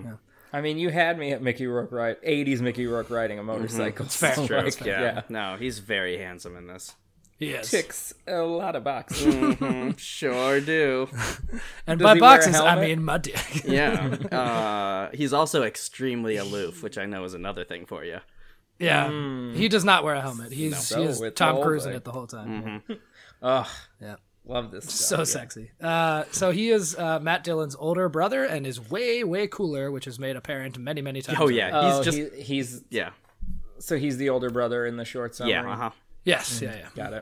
[SPEAKER 5] cool.
[SPEAKER 3] I mean, you had me at Mickey Rourke ride '80s Mickey Rourke riding a motorcycle. So,
[SPEAKER 4] True.
[SPEAKER 3] like,
[SPEAKER 4] yeah.
[SPEAKER 3] yeah.
[SPEAKER 4] No, he's very handsome in this.
[SPEAKER 5] Yes.
[SPEAKER 3] Ticks a lot of boxes.
[SPEAKER 4] Sure do.
[SPEAKER 5] And
[SPEAKER 3] Does
[SPEAKER 5] by
[SPEAKER 3] he wear a
[SPEAKER 5] boxes, I
[SPEAKER 3] helmet?
[SPEAKER 5] mean my dick.
[SPEAKER 4] Yeah. Uh, he's also extremely aloof, which I know is another thing for you.
[SPEAKER 5] yeah.
[SPEAKER 4] Hmm.
[SPEAKER 5] He does not wear a helmet. He's,
[SPEAKER 3] So
[SPEAKER 5] he is
[SPEAKER 3] with
[SPEAKER 5] Tom
[SPEAKER 3] the whole
[SPEAKER 5] Cruise in
[SPEAKER 3] thing.
[SPEAKER 5] it the whole time.
[SPEAKER 4] Mm-hmm.
[SPEAKER 3] Ugh.
[SPEAKER 5] Yeah.
[SPEAKER 3] Love this.
[SPEAKER 5] so
[SPEAKER 3] Stuff.
[SPEAKER 5] sexy. Uh, so he is uh, Matt Dillon's older brother and is way, way cooler, which is made apparent many, many times.
[SPEAKER 4] Oh yeah,
[SPEAKER 3] Oh,
[SPEAKER 4] he's just
[SPEAKER 3] he- he's
[SPEAKER 4] yeah,
[SPEAKER 3] so he's the older brother in the short summary.
[SPEAKER 4] yeah. Uh-huh.
[SPEAKER 5] Yes, yeah, yeah.
[SPEAKER 3] Got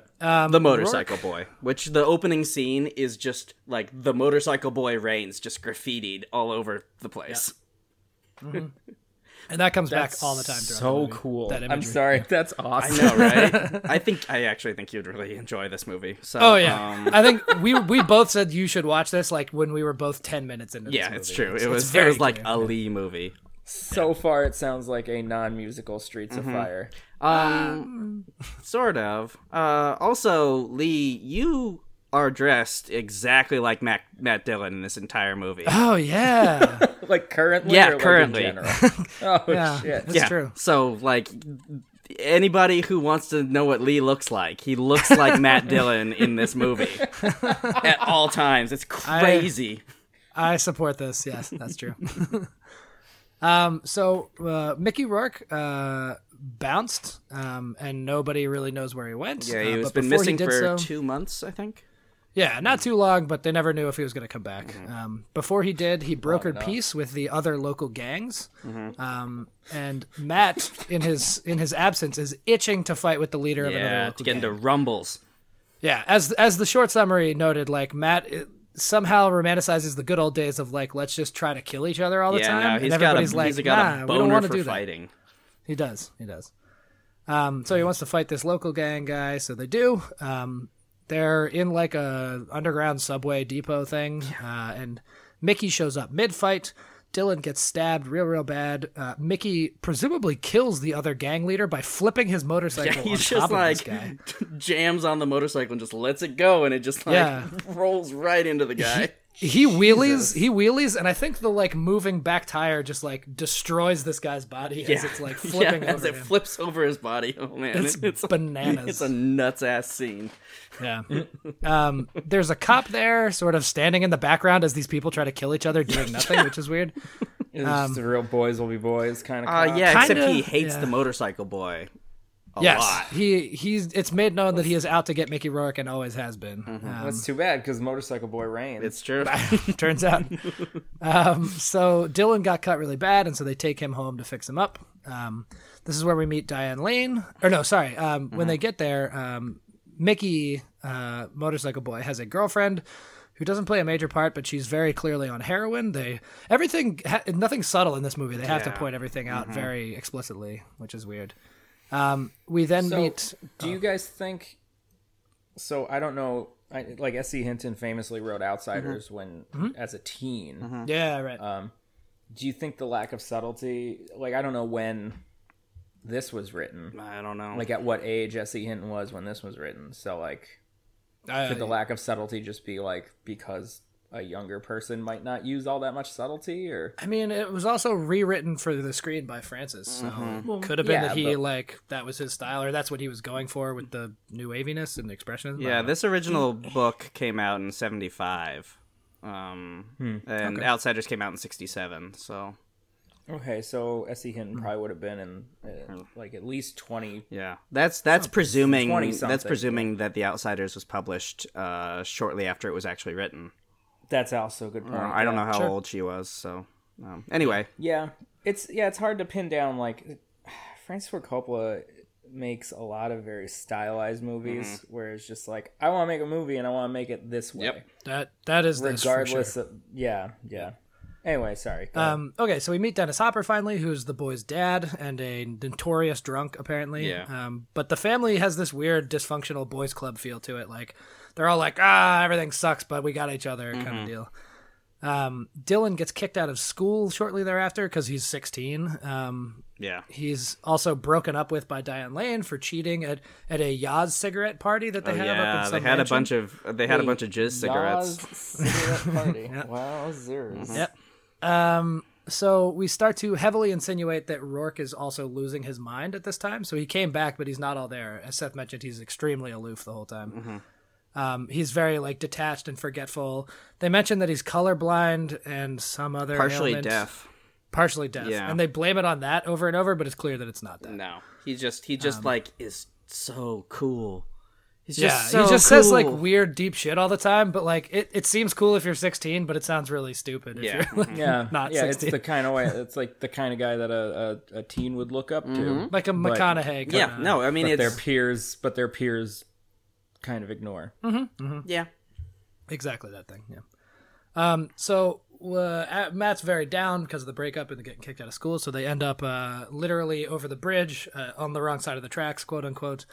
[SPEAKER 3] it.
[SPEAKER 4] the motorcycle boy, which the opening scene is just like the motorcycle boy reigns just graffitied all over the place.
[SPEAKER 5] And that comes back all the time. throughout the
[SPEAKER 3] So
[SPEAKER 5] movie,
[SPEAKER 3] cool.
[SPEAKER 5] That
[SPEAKER 3] I'm
[SPEAKER 5] imagery.
[SPEAKER 3] sorry. That's awesome.
[SPEAKER 4] No, right? I think I actually think you'd really enjoy this movie. So,
[SPEAKER 5] Oh yeah,
[SPEAKER 4] um,
[SPEAKER 5] I think we we both said you should watch this like when we were both ten minutes into.
[SPEAKER 4] yeah,
[SPEAKER 5] this
[SPEAKER 4] it's
[SPEAKER 5] movie.
[SPEAKER 4] true. It was it
[SPEAKER 5] very
[SPEAKER 4] was like
[SPEAKER 5] clear.
[SPEAKER 4] a Lee movie.
[SPEAKER 3] So far, it sounds like a non-musical Streets of Fire.
[SPEAKER 4] Sort of. Uh, also, Lee, you are dressed exactly like Mac- Matt Dillon in this entire movie.
[SPEAKER 5] Oh yeah,
[SPEAKER 3] Like currently,
[SPEAKER 4] Yeah,
[SPEAKER 3] or like, in
[SPEAKER 4] currently.
[SPEAKER 3] general? oh
[SPEAKER 5] yeah,
[SPEAKER 3] shit.
[SPEAKER 5] that's true.
[SPEAKER 4] So, like, anybody who wants to know what Lee looks like, he looks like Matt Dillon in this movie at all times. It's
[SPEAKER 5] Uh,
[SPEAKER 4] crazy.
[SPEAKER 5] I support this. Yes, that's true. um, so uh, Mickey Rourke uh, bounced, um, and nobody really knows where he went.
[SPEAKER 4] yeah,
[SPEAKER 5] uh,
[SPEAKER 4] he was
[SPEAKER 5] but
[SPEAKER 4] been
[SPEAKER 5] before
[SPEAKER 4] missing
[SPEAKER 5] did
[SPEAKER 4] for
[SPEAKER 5] so-
[SPEAKER 4] two months, I think.
[SPEAKER 5] Yeah, not too long, but they never knew if he was going to come back.
[SPEAKER 4] Mm-hmm.
[SPEAKER 5] Um, before he did, he brokered peace with the other local gangs.
[SPEAKER 4] Mm-hmm.
[SPEAKER 5] Um, and Matt, in his in his absence, is itching to fight with the leader of another
[SPEAKER 4] Yeah,
[SPEAKER 5] local
[SPEAKER 4] to get
[SPEAKER 5] gang.
[SPEAKER 4] into rumbles.
[SPEAKER 5] Yeah, as as the short summary noted, like Matt it, somehow romanticizes the good old days of like let's just try to kill each other all the
[SPEAKER 4] yeah,
[SPEAKER 5] time.
[SPEAKER 4] no,
[SPEAKER 5] and
[SPEAKER 4] he's got a,
[SPEAKER 5] everybody's like,
[SPEAKER 4] he's got
[SPEAKER 5] nah,
[SPEAKER 4] a
[SPEAKER 5] we don't
[SPEAKER 4] boner
[SPEAKER 5] want to
[SPEAKER 4] for
[SPEAKER 5] do that.
[SPEAKER 4] fighting.
[SPEAKER 5] He does. He does. Um, so he wants to fight this local gang guy. So they do. Um, they're in like a underground subway depot thing, uh, and Mickey shows up mid fight. Dylan gets stabbed real, real bad. Uh, Mickey presumably kills the other gang leader by flipping his motorcycle.
[SPEAKER 4] Yeah,
[SPEAKER 5] on
[SPEAKER 4] he's
[SPEAKER 5] top
[SPEAKER 4] just
[SPEAKER 5] of this
[SPEAKER 4] like
[SPEAKER 5] guy.
[SPEAKER 4] jams on the motorcycle and just lets it go, and it just like
[SPEAKER 5] Yeah.
[SPEAKER 4] rolls right into the guy.
[SPEAKER 5] he wheelies he wheelies and i think the like moving back tire just like destroys this guy's body as it's like flipping
[SPEAKER 4] yeah, as
[SPEAKER 5] over
[SPEAKER 4] it
[SPEAKER 5] him.
[SPEAKER 4] flips over his body. Oh man,
[SPEAKER 5] It's
[SPEAKER 4] it's it's,
[SPEAKER 5] bananas.
[SPEAKER 4] it's a nuts ass scene.
[SPEAKER 5] yeah um there's a cop there sort of standing in the background as these people try to kill each other doing nothing which is weird
[SPEAKER 3] It's
[SPEAKER 5] Um,
[SPEAKER 3] just the real boys will be boys kind of.
[SPEAKER 4] Uh, yeah, except
[SPEAKER 5] Kinda,
[SPEAKER 4] he hates
[SPEAKER 5] yeah.
[SPEAKER 4] the motorcycle boy. A
[SPEAKER 5] yes
[SPEAKER 4] lot.
[SPEAKER 5] he he's it's made known that he is out to get mickey rourke and always has been
[SPEAKER 4] Mm-hmm.
[SPEAKER 5] Um,
[SPEAKER 3] That's too bad because Motorcycle Boy Rain.
[SPEAKER 4] It's true.
[SPEAKER 5] turns out. Um, so Dylan got cut really bad, and so they take him home to fix him up. Um, this is where we meet Diane Lane. Or no, sorry. Um, When
[SPEAKER 3] Mm-hmm.
[SPEAKER 5] they get there, um, Mickey, uh, motorcycle boy, has a girlfriend who doesn't play a major part, but she's very clearly on heroin. They everything, ha- nothing subtle in this movie. They have to point everything
[SPEAKER 3] Mm-hmm.
[SPEAKER 5] out very explicitly, which is weird. Um, we then
[SPEAKER 3] So,
[SPEAKER 5] meet.
[SPEAKER 3] do
[SPEAKER 4] oh.
[SPEAKER 3] you guys think? So I don't know. I, like S.C. Hinton famously wrote
[SPEAKER 4] Mm-hmm.
[SPEAKER 3] Outsiders when as a teen.
[SPEAKER 5] Yeah, right.
[SPEAKER 3] Uh, Do you think the lack of subtlety? Like I don't know when this was written.
[SPEAKER 4] I don't know.
[SPEAKER 3] Like at what age S.C. Hinton was when this was written. So like,
[SPEAKER 5] Uh,
[SPEAKER 3] could the lack of subtlety just be like because a younger person might not use all that much subtlety, or
[SPEAKER 5] I mean, it was also rewritten for the screen by Francis, so could have been
[SPEAKER 3] Mm-hmm. yeah,
[SPEAKER 5] that he
[SPEAKER 3] but-
[SPEAKER 5] like that was his style or that's what he was going for with the new waviness and expression.
[SPEAKER 4] Yeah, this original book came out in '75, um,
[SPEAKER 5] Hmm,
[SPEAKER 4] and Outsiders came out in '67. So
[SPEAKER 3] okay? So S.C.
[SPEAKER 4] Hmm.
[SPEAKER 3] Hinton probably would have been in uh, like at least twenty.
[SPEAKER 4] yeah, that's that's presuming
[SPEAKER 3] 20-something.
[SPEAKER 4] that's presuming that the Outsiders was published uh, shortly after it was actually written.
[SPEAKER 3] That's also a good point.
[SPEAKER 4] Uh, I don't
[SPEAKER 3] yeah.
[SPEAKER 4] know how old she was. So um, anyway,
[SPEAKER 3] Yeah, it's yeah, it's hard to pin down. Like Francis Ford Coppola makes a lot of very stylized movies
[SPEAKER 4] Mm-hmm.
[SPEAKER 3] where it's just like I want to make a movie and I want to make it this way,
[SPEAKER 5] that that is this for
[SPEAKER 3] regardless
[SPEAKER 5] sure.
[SPEAKER 3] of yeah, yeah. Anyway, sorry. go ahead.
[SPEAKER 5] Um, okay, so we meet Dennis Hopper finally, who's the boy's dad and a notorious drunk, apparently.
[SPEAKER 4] Yeah.
[SPEAKER 5] Um, but the family has this weird dysfunctional boys' club feel to it. Like they're all like, ah, everything sucks, but we got each other, kind
[SPEAKER 3] Mm-hmm.
[SPEAKER 5] of deal. Um, Dylan gets kicked out of school shortly thereafter because he's 16. Um,
[SPEAKER 4] yeah,
[SPEAKER 5] He's also broken up with by Diane Lane for cheating at, at a Yaz cigarette party that they had up in
[SPEAKER 4] Oh, yeah,
[SPEAKER 5] some
[SPEAKER 4] they had a
[SPEAKER 5] mansion.
[SPEAKER 4] bunch of they had a bunch of jizz cigarettes. Mm-hmm.
[SPEAKER 3] Yas cigarette party. Wow, zers.
[SPEAKER 5] Yep. Um, so we start to heavily insinuate that Rourke is also losing his mind at this time. So he came back, but he's not all there. As Seth mentioned, he's extremely aloof the whole time.
[SPEAKER 4] Mm-hmm.
[SPEAKER 5] Um, he's very like detached and forgetful. They mentioned that he's colorblind and some other
[SPEAKER 4] Partially
[SPEAKER 5] ailment.
[SPEAKER 4] deaf.
[SPEAKER 5] partially deaf,
[SPEAKER 4] Yeah.
[SPEAKER 5] and they blame it on that over and over. But it's clear that it's not that.
[SPEAKER 4] No, he just he just
[SPEAKER 5] Um,
[SPEAKER 4] like is so cool. He's
[SPEAKER 5] Yeah,
[SPEAKER 4] just so
[SPEAKER 5] he just says like
[SPEAKER 4] cool.
[SPEAKER 5] weird deep shit all the time, but like it, it seems cool if you're 16, but it sounds really stupid. If
[SPEAKER 4] Yeah. Mm-hmm.
[SPEAKER 5] you're, like,
[SPEAKER 3] Yeah,
[SPEAKER 5] Not
[SPEAKER 3] yeah.
[SPEAKER 5] 16.
[SPEAKER 3] It's the kind of way. It's like the kind of guy that a, a, a teen would look up to.
[SPEAKER 4] Mm-hmm.
[SPEAKER 5] like a McConaughey. kinda-
[SPEAKER 4] Yeah, no, I mean
[SPEAKER 3] But
[SPEAKER 4] it's
[SPEAKER 3] their peers, but their peers, kind of ignore.
[SPEAKER 4] yeah.
[SPEAKER 5] exactly that thing. Yeah. Um. So uh, at- Matt's very down because of the breakup and getting kicked out of school. So they end up uh, literally over the bridge uh, on the wrong side of the tracks, quote unquote,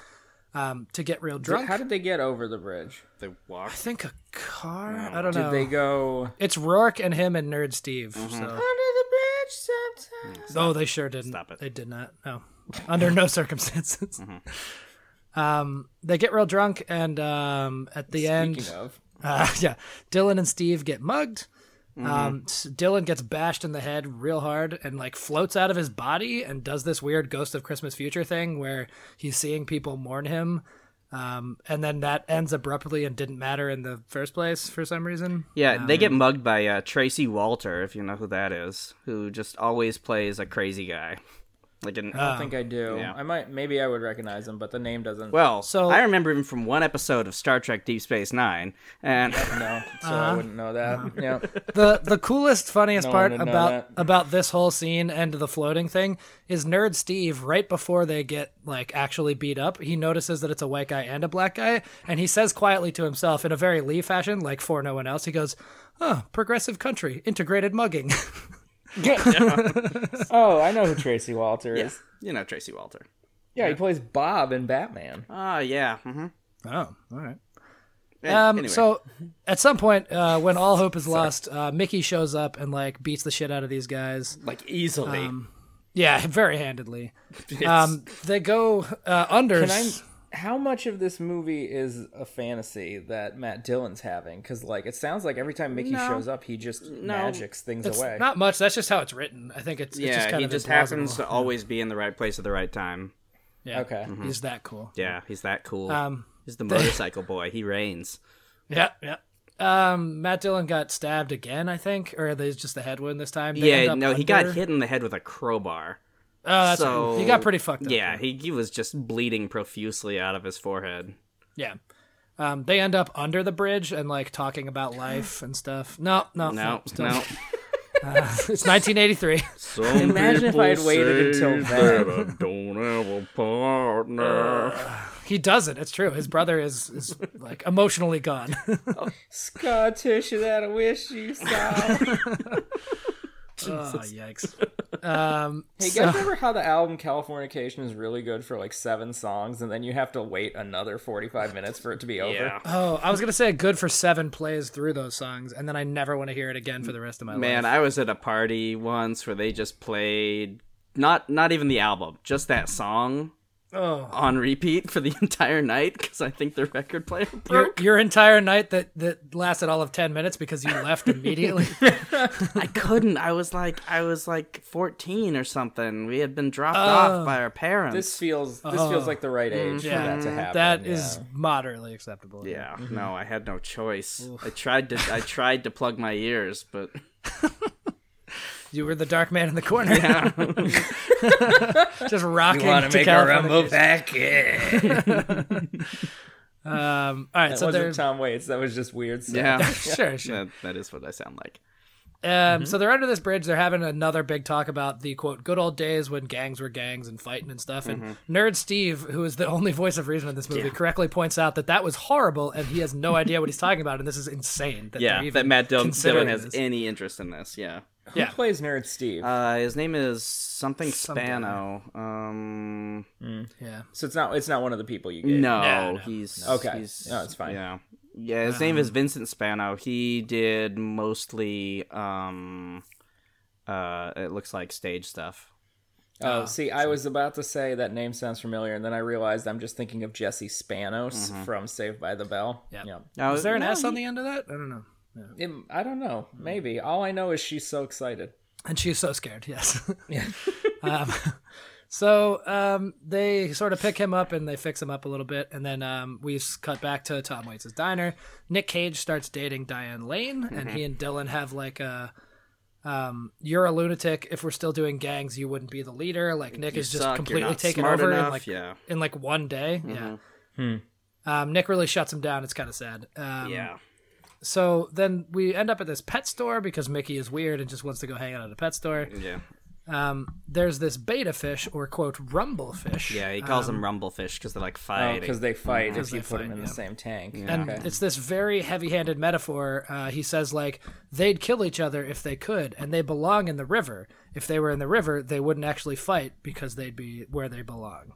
[SPEAKER 5] um, to get real drunk.
[SPEAKER 3] How did they get over the bridge?
[SPEAKER 4] They walk.
[SPEAKER 5] I think a car. I don't
[SPEAKER 3] Did
[SPEAKER 5] know.
[SPEAKER 3] they go?
[SPEAKER 5] It's Rourke and him and Nerd Steve. So. No, they sure didn't.
[SPEAKER 4] Stop it.
[SPEAKER 5] They did not. No, under no circumstances. Um, they get real drunk, and um, at the
[SPEAKER 3] Speaking
[SPEAKER 5] end,
[SPEAKER 3] of,
[SPEAKER 5] uh, yeah, Dylan and Steve get mugged. Um, s- Dylan gets bashed in the head real hard, and like floats out of his body, and does this weird Ghost of Christmas Future thing where he's seeing people mourn him. Um, and then that ends abruptly and didn't matter in the first place for some reason.
[SPEAKER 4] Yeah, they get mugged by uh, Tracy Walter, if you know who that is, who just always plays a crazy guy. Like an
[SPEAKER 5] Ah.
[SPEAKER 3] I think
[SPEAKER 5] um,
[SPEAKER 3] I do.
[SPEAKER 4] Yeah.
[SPEAKER 3] I might, maybe I would recognize him, but the name doesn't.
[SPEAKER 4] well,
[SPEAKER 5] So-
[SPEAKER 4] so I remember him from one episode of Star Trek: Deep Space Nine, and
[SPEAKER 3] no, so
[SPEAKER 5] uh-huh.
[SPEAKER 3] I wouldn't know that. Yeah,
[SPEAKER 5] the the coolest, funniest
[SPEAKER 3] No one
[SPEAKER 5] part
[SPEAKER 3] would know
[SPEAKER 5] about
[SPEAKER 3] that.
[SPEAKER 5] about this whole scene and the floating thing is Nerd Steve. Right before they get like actually beat up, he notices that it's a white guy and a black guy, and he says quietly to himself in a very Lee fashion, like for no one else, he goes, "Huh, progressive country, integrated mugging."
[SPEAKER 3] Oh, I know who Tracy Walter
[SPEAKER 4] yeah,
[SPEAKER 3] is.
[SPEAKER 4] you know Tracy Walter.
[SPEAKER 3] Yeah, he plays Bob in Batman.
[SPEAKER 4] Ah, yeah. Mm-hmm.
[SPEAKER 5] oh, all right. Um,
[SPEAKER 4] Um, anyway,
[SPEAKER 5] So, at some point, uh, when all hope is lost, uh, Mickey shows up and like beats the shit out of these guys. Um,
[SPEAKER 2] Like easily.
[SPEAKER 5] Yeah, very handedly.
[SPEAKER 2] It's-
[SPEAKER 5] Um, they go uh, under.
[SPEAKER 3] Can I? How much of this movie is a fantasy that Matt Dillon's having? Because like, it sounds like every time Mickey shows up, he just magics things
[SPEAKER 5] It's
[SPEAKER 3] away.
[SPEAKER 5] not much. That's just how it's written. I think it's, it's
[SPEAKER 4] yeah,
[SPEAKER 5] just kind
[SPEAKER 4] he
[SPEAKER 5] of
[SPEAKER 4] just
[SPEAKER 5] implausible.
[SPEAKER 4] happens to always be in the right place at the right time.
[SPEAKER 5] Yeah.
[SPEAKER 3] Okay.
[SPEAKER 5] He's
[SPEAKER 4] Mm-hmm.
[SPEAKER 5] that cool.
[SPEAKER 4] Yeah, he's that cool.
[SPEAKER 5] Um,
[SPEAKER 4] he's the motorcycle boy. He reigns.
[SPEAKER 5] Yeah, yeah. Um, Matt Dillon got stabbed again, I think, or there's just the head wound this time. They end
[SPEAKER 4] Yeah,
[SPEAKER 5] up
[SPEAKER 4] no, he got
[SPEAKER 5] under-
[SPEAKER 4] hit in the head with a crowbar.
[SPEAKER 5] Oh, that's
[SPEAKER 4] so-
[SPEAKER 5] he got pretty fucked up.
[SPEAKER 4] Yeah, he, he was just bleeding profusely out of his forehead.
[SPEAKER 5] yeah. Um, they end up under the bridge and like talking about life and stuff. No, no,
[SPEAKER 4] No,
[SPEAKER 5] still-
[SPEAKER 4] no.
[SPEAKER 5] It's 1983.
[SPEAKER 3] Imagine if I had waited until then.
[SPEAKER 4] don't have a partner.
[SPEAKER 5] he doesn't. It's true. His brother is is like emotionally gone.
[SPEAKER 3] Scar tissue that I wish you saw.
[SPEAKER 5] oh, yikes.
[SPEAKER 3] Hey, you guys remember how the album Californication is really good for like seven songs and then you have to wait another 45 minutes for it to be over?
[SPEAKER 4] Yeah.
[SPEAKER 5] Oh, I was gonna say good for seven plays through those songs, and then I never want to hear it again for the rest of my life.
[SPEAKER 4] Man, I was at a party once where they just played not not even the album, just that song
[SPEAKER 5] Oh.
[SPEAKER 4] on repeat for the entire night because I think the record player
[SPEAKER 5] your,
[SPEAKER 4] broke.
[SPEAKER 5] your entire night that, that lasted all of 10 minutes because you left immediately
[SPEAKER 4] I couldn't. I was like I was like 14 or something. We had
[SPEAKER 5] Oh.
[SPEAKER 4] been dropped off by our parents.
[SPEAKER 3] This feels this feels like the right
[SPEAKER 7] Mm-hmm.
[SPEAKER 3] age for that to happen.
[SPEAKER 5] That
[SPEAKER 3] yeah.
[SPEAKER 5] is moderately acceptable
[SPEAKER 4] Yeah, no, I had no choice. I tried to I tried to plug my ears, but
[SPEAKER 5] you were the dark man in the corner just rocking
[SPEAKER 7] Wanna
[SPEAKER 5] to
[SPEAKER 7] make a
[SPEAKER 5] California.
[SPEAKER 7] rumble back? Yeah.
[SPEAKER 5] um, all right
[SPEAKER 3] That
[SPEAKER 5] so
[SPEAKER 3] wasn't
[SPEAKER 5] they're
[SPEAKER 3] Tom Waits. That was just weird. So.
[SPEAKER 4] yeah, Mm-hmm.
[SPEAKER 5] sure sure
[SPEAKER 4] that, that is what I sound like.
[SPEAKER 5] Um, So they're under this bridge. They're having another big talk about the quote good old days when gangs were gangs and fighting and stuff. And
[SPEAKER 4] Mm-hmm.
[SPEAKER 5] nerd Steve, who is the only voice of reason in this movie, correctly points out that that was horrible, and he has no idea what he's talking about. And this is insane. That they're
[SPEAKER 4] Yeah,
[SPEAKER 5] even
[SPEAKER 4] that Matt Dillon, Dillon
[SPEAKER 5] considering
[SPEAKER 4] has
[SPEAKER 5] this.
[SPEAKER 4] any interest in this. Yeah,
[SPEAKER 3] Who
[SPEAKER 5] Yeah.
[SPEAKER 3] plays Nerd Steve?
[SPEAKER 4] uh, his name is something
[SPEAKER 5] Some guy.
[SPEAKER 4] Spano. Um,
[SPEAKER 5] yeah.
[SPEAKER 3] so it's not it's not one of the people you
[SPEAKER 4] no,
[SPEAKER 3] gave.
[SPEAKER 5] no, no.
[SPEAKER 4] he's
[SPEAKER 3] Okay.
[SPEAKER 4] He's,
[SPEAKER 3] No, it's fine.
[SPEAKER 4] Yeah, yeah. His name is Vincent Spano. He did mostly um, uh, it looks like stage stuff.
[SPEAKER 3] Oh, see, I was about to say that name sounds familiar, and then I realized I'm just thinking of Jesse Spanos
[SPEAKER 7] Mm-hmm.
[SPEAKER 3] from Saved by the Bell.
[SPEAKER 5] Yep.
[SPEAKER 3] Yeah.
[SPEAKER 4] Now,
[SPEAKER 5] Is there an
[SPEAKER 4] no,
[SPEAKER 5] S on
[SPEAKER 4] he-
[SPEAKER 5] the end of that? I don't know.
[SPEAKER 3] It- I don't know.
[SPEAKER 7] Mm.
[SPEAKER 3] Maybe. All I know is she's so excited.
[SPEAKER 5] And she's so scared. Yes. yeah. um, so um, they sort of pick him up and they fix him up a little bit, and then um, we s- cut back to Tom Waits' diner. Nick Cage starts dating Diane Lane, and he and Dylan have like a. Um, you're a lunatic. If we're still doing gangs, you wouldn't be the leader. Like Nick
[SPEAKER 4] You
[SPEAKER 5] is just
[SPEAKER 4] suck, you're
[SPEAKER 5] completely
[SPEAKER 4] not
[SPEAKER 5] taken
[SPEAKER 4] smart
[SPEAKER 5] over in
[SPEAKER 4] enough,
[SPEAKER 5] like
[SPEAKER 4] yeah.
[SPEAKER 5] in like one day. Yeah. Um, Nick really shuts him down. It's kind of sad. Um,
[SPEAKER 4] Yeah.
[SPEAKER 5] So then we end up at this pet store because Mickey is weird and just wants to go hang out at a pet store.
[SPEAKER 4] Yeah,
[SPEAKER 5] Um, there's this beta fish or quote rumble fish.
[SPEAKER 4] yeah. He calls them rumblefish because they're like fighting.
[SPEAKER 3] Because Oh, they fight if
[SPEAKER 5] um, oh, Mm-hmm. they
[SPEAKER 3] you put
[SPEAKER 5] fight,
[SPEAKER 3] them in
[SPEAKER 5] yeah.
[SPEAKER 3] the same tank.
[SPEAKER 5] And
[SPEAKER 3] Okay.
[SPEAKER 5] it's this very heavy-handed metaphor. Uh, he says like they'd kill each other if they could, and they belong in the river. If they were in the river, they wouldn't actually fight because they'd be where they belong.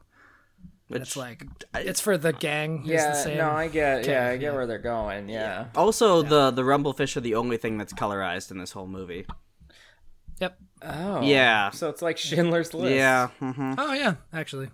[SPEAKER 4] Which-
[SPEAKER 5] And it's like it's for the gang. is the same.
[SPEAKER 3] no, I get, yeah, I get where they're going. Yeah.
[SPEAKER 4] Also, the the rumblefish are the only thing that's colorized in this whole movie.
[SPEAKER 5] Yep.
[SPEAKER 3] Oh,
[SPEAKER 4] Yeah.
[SPEAKER 3] So it's like Schindler's List.
[SPEAKER 4] Yeah. mm-hmm.
[SPEAKER 5] Oh yeah, actually,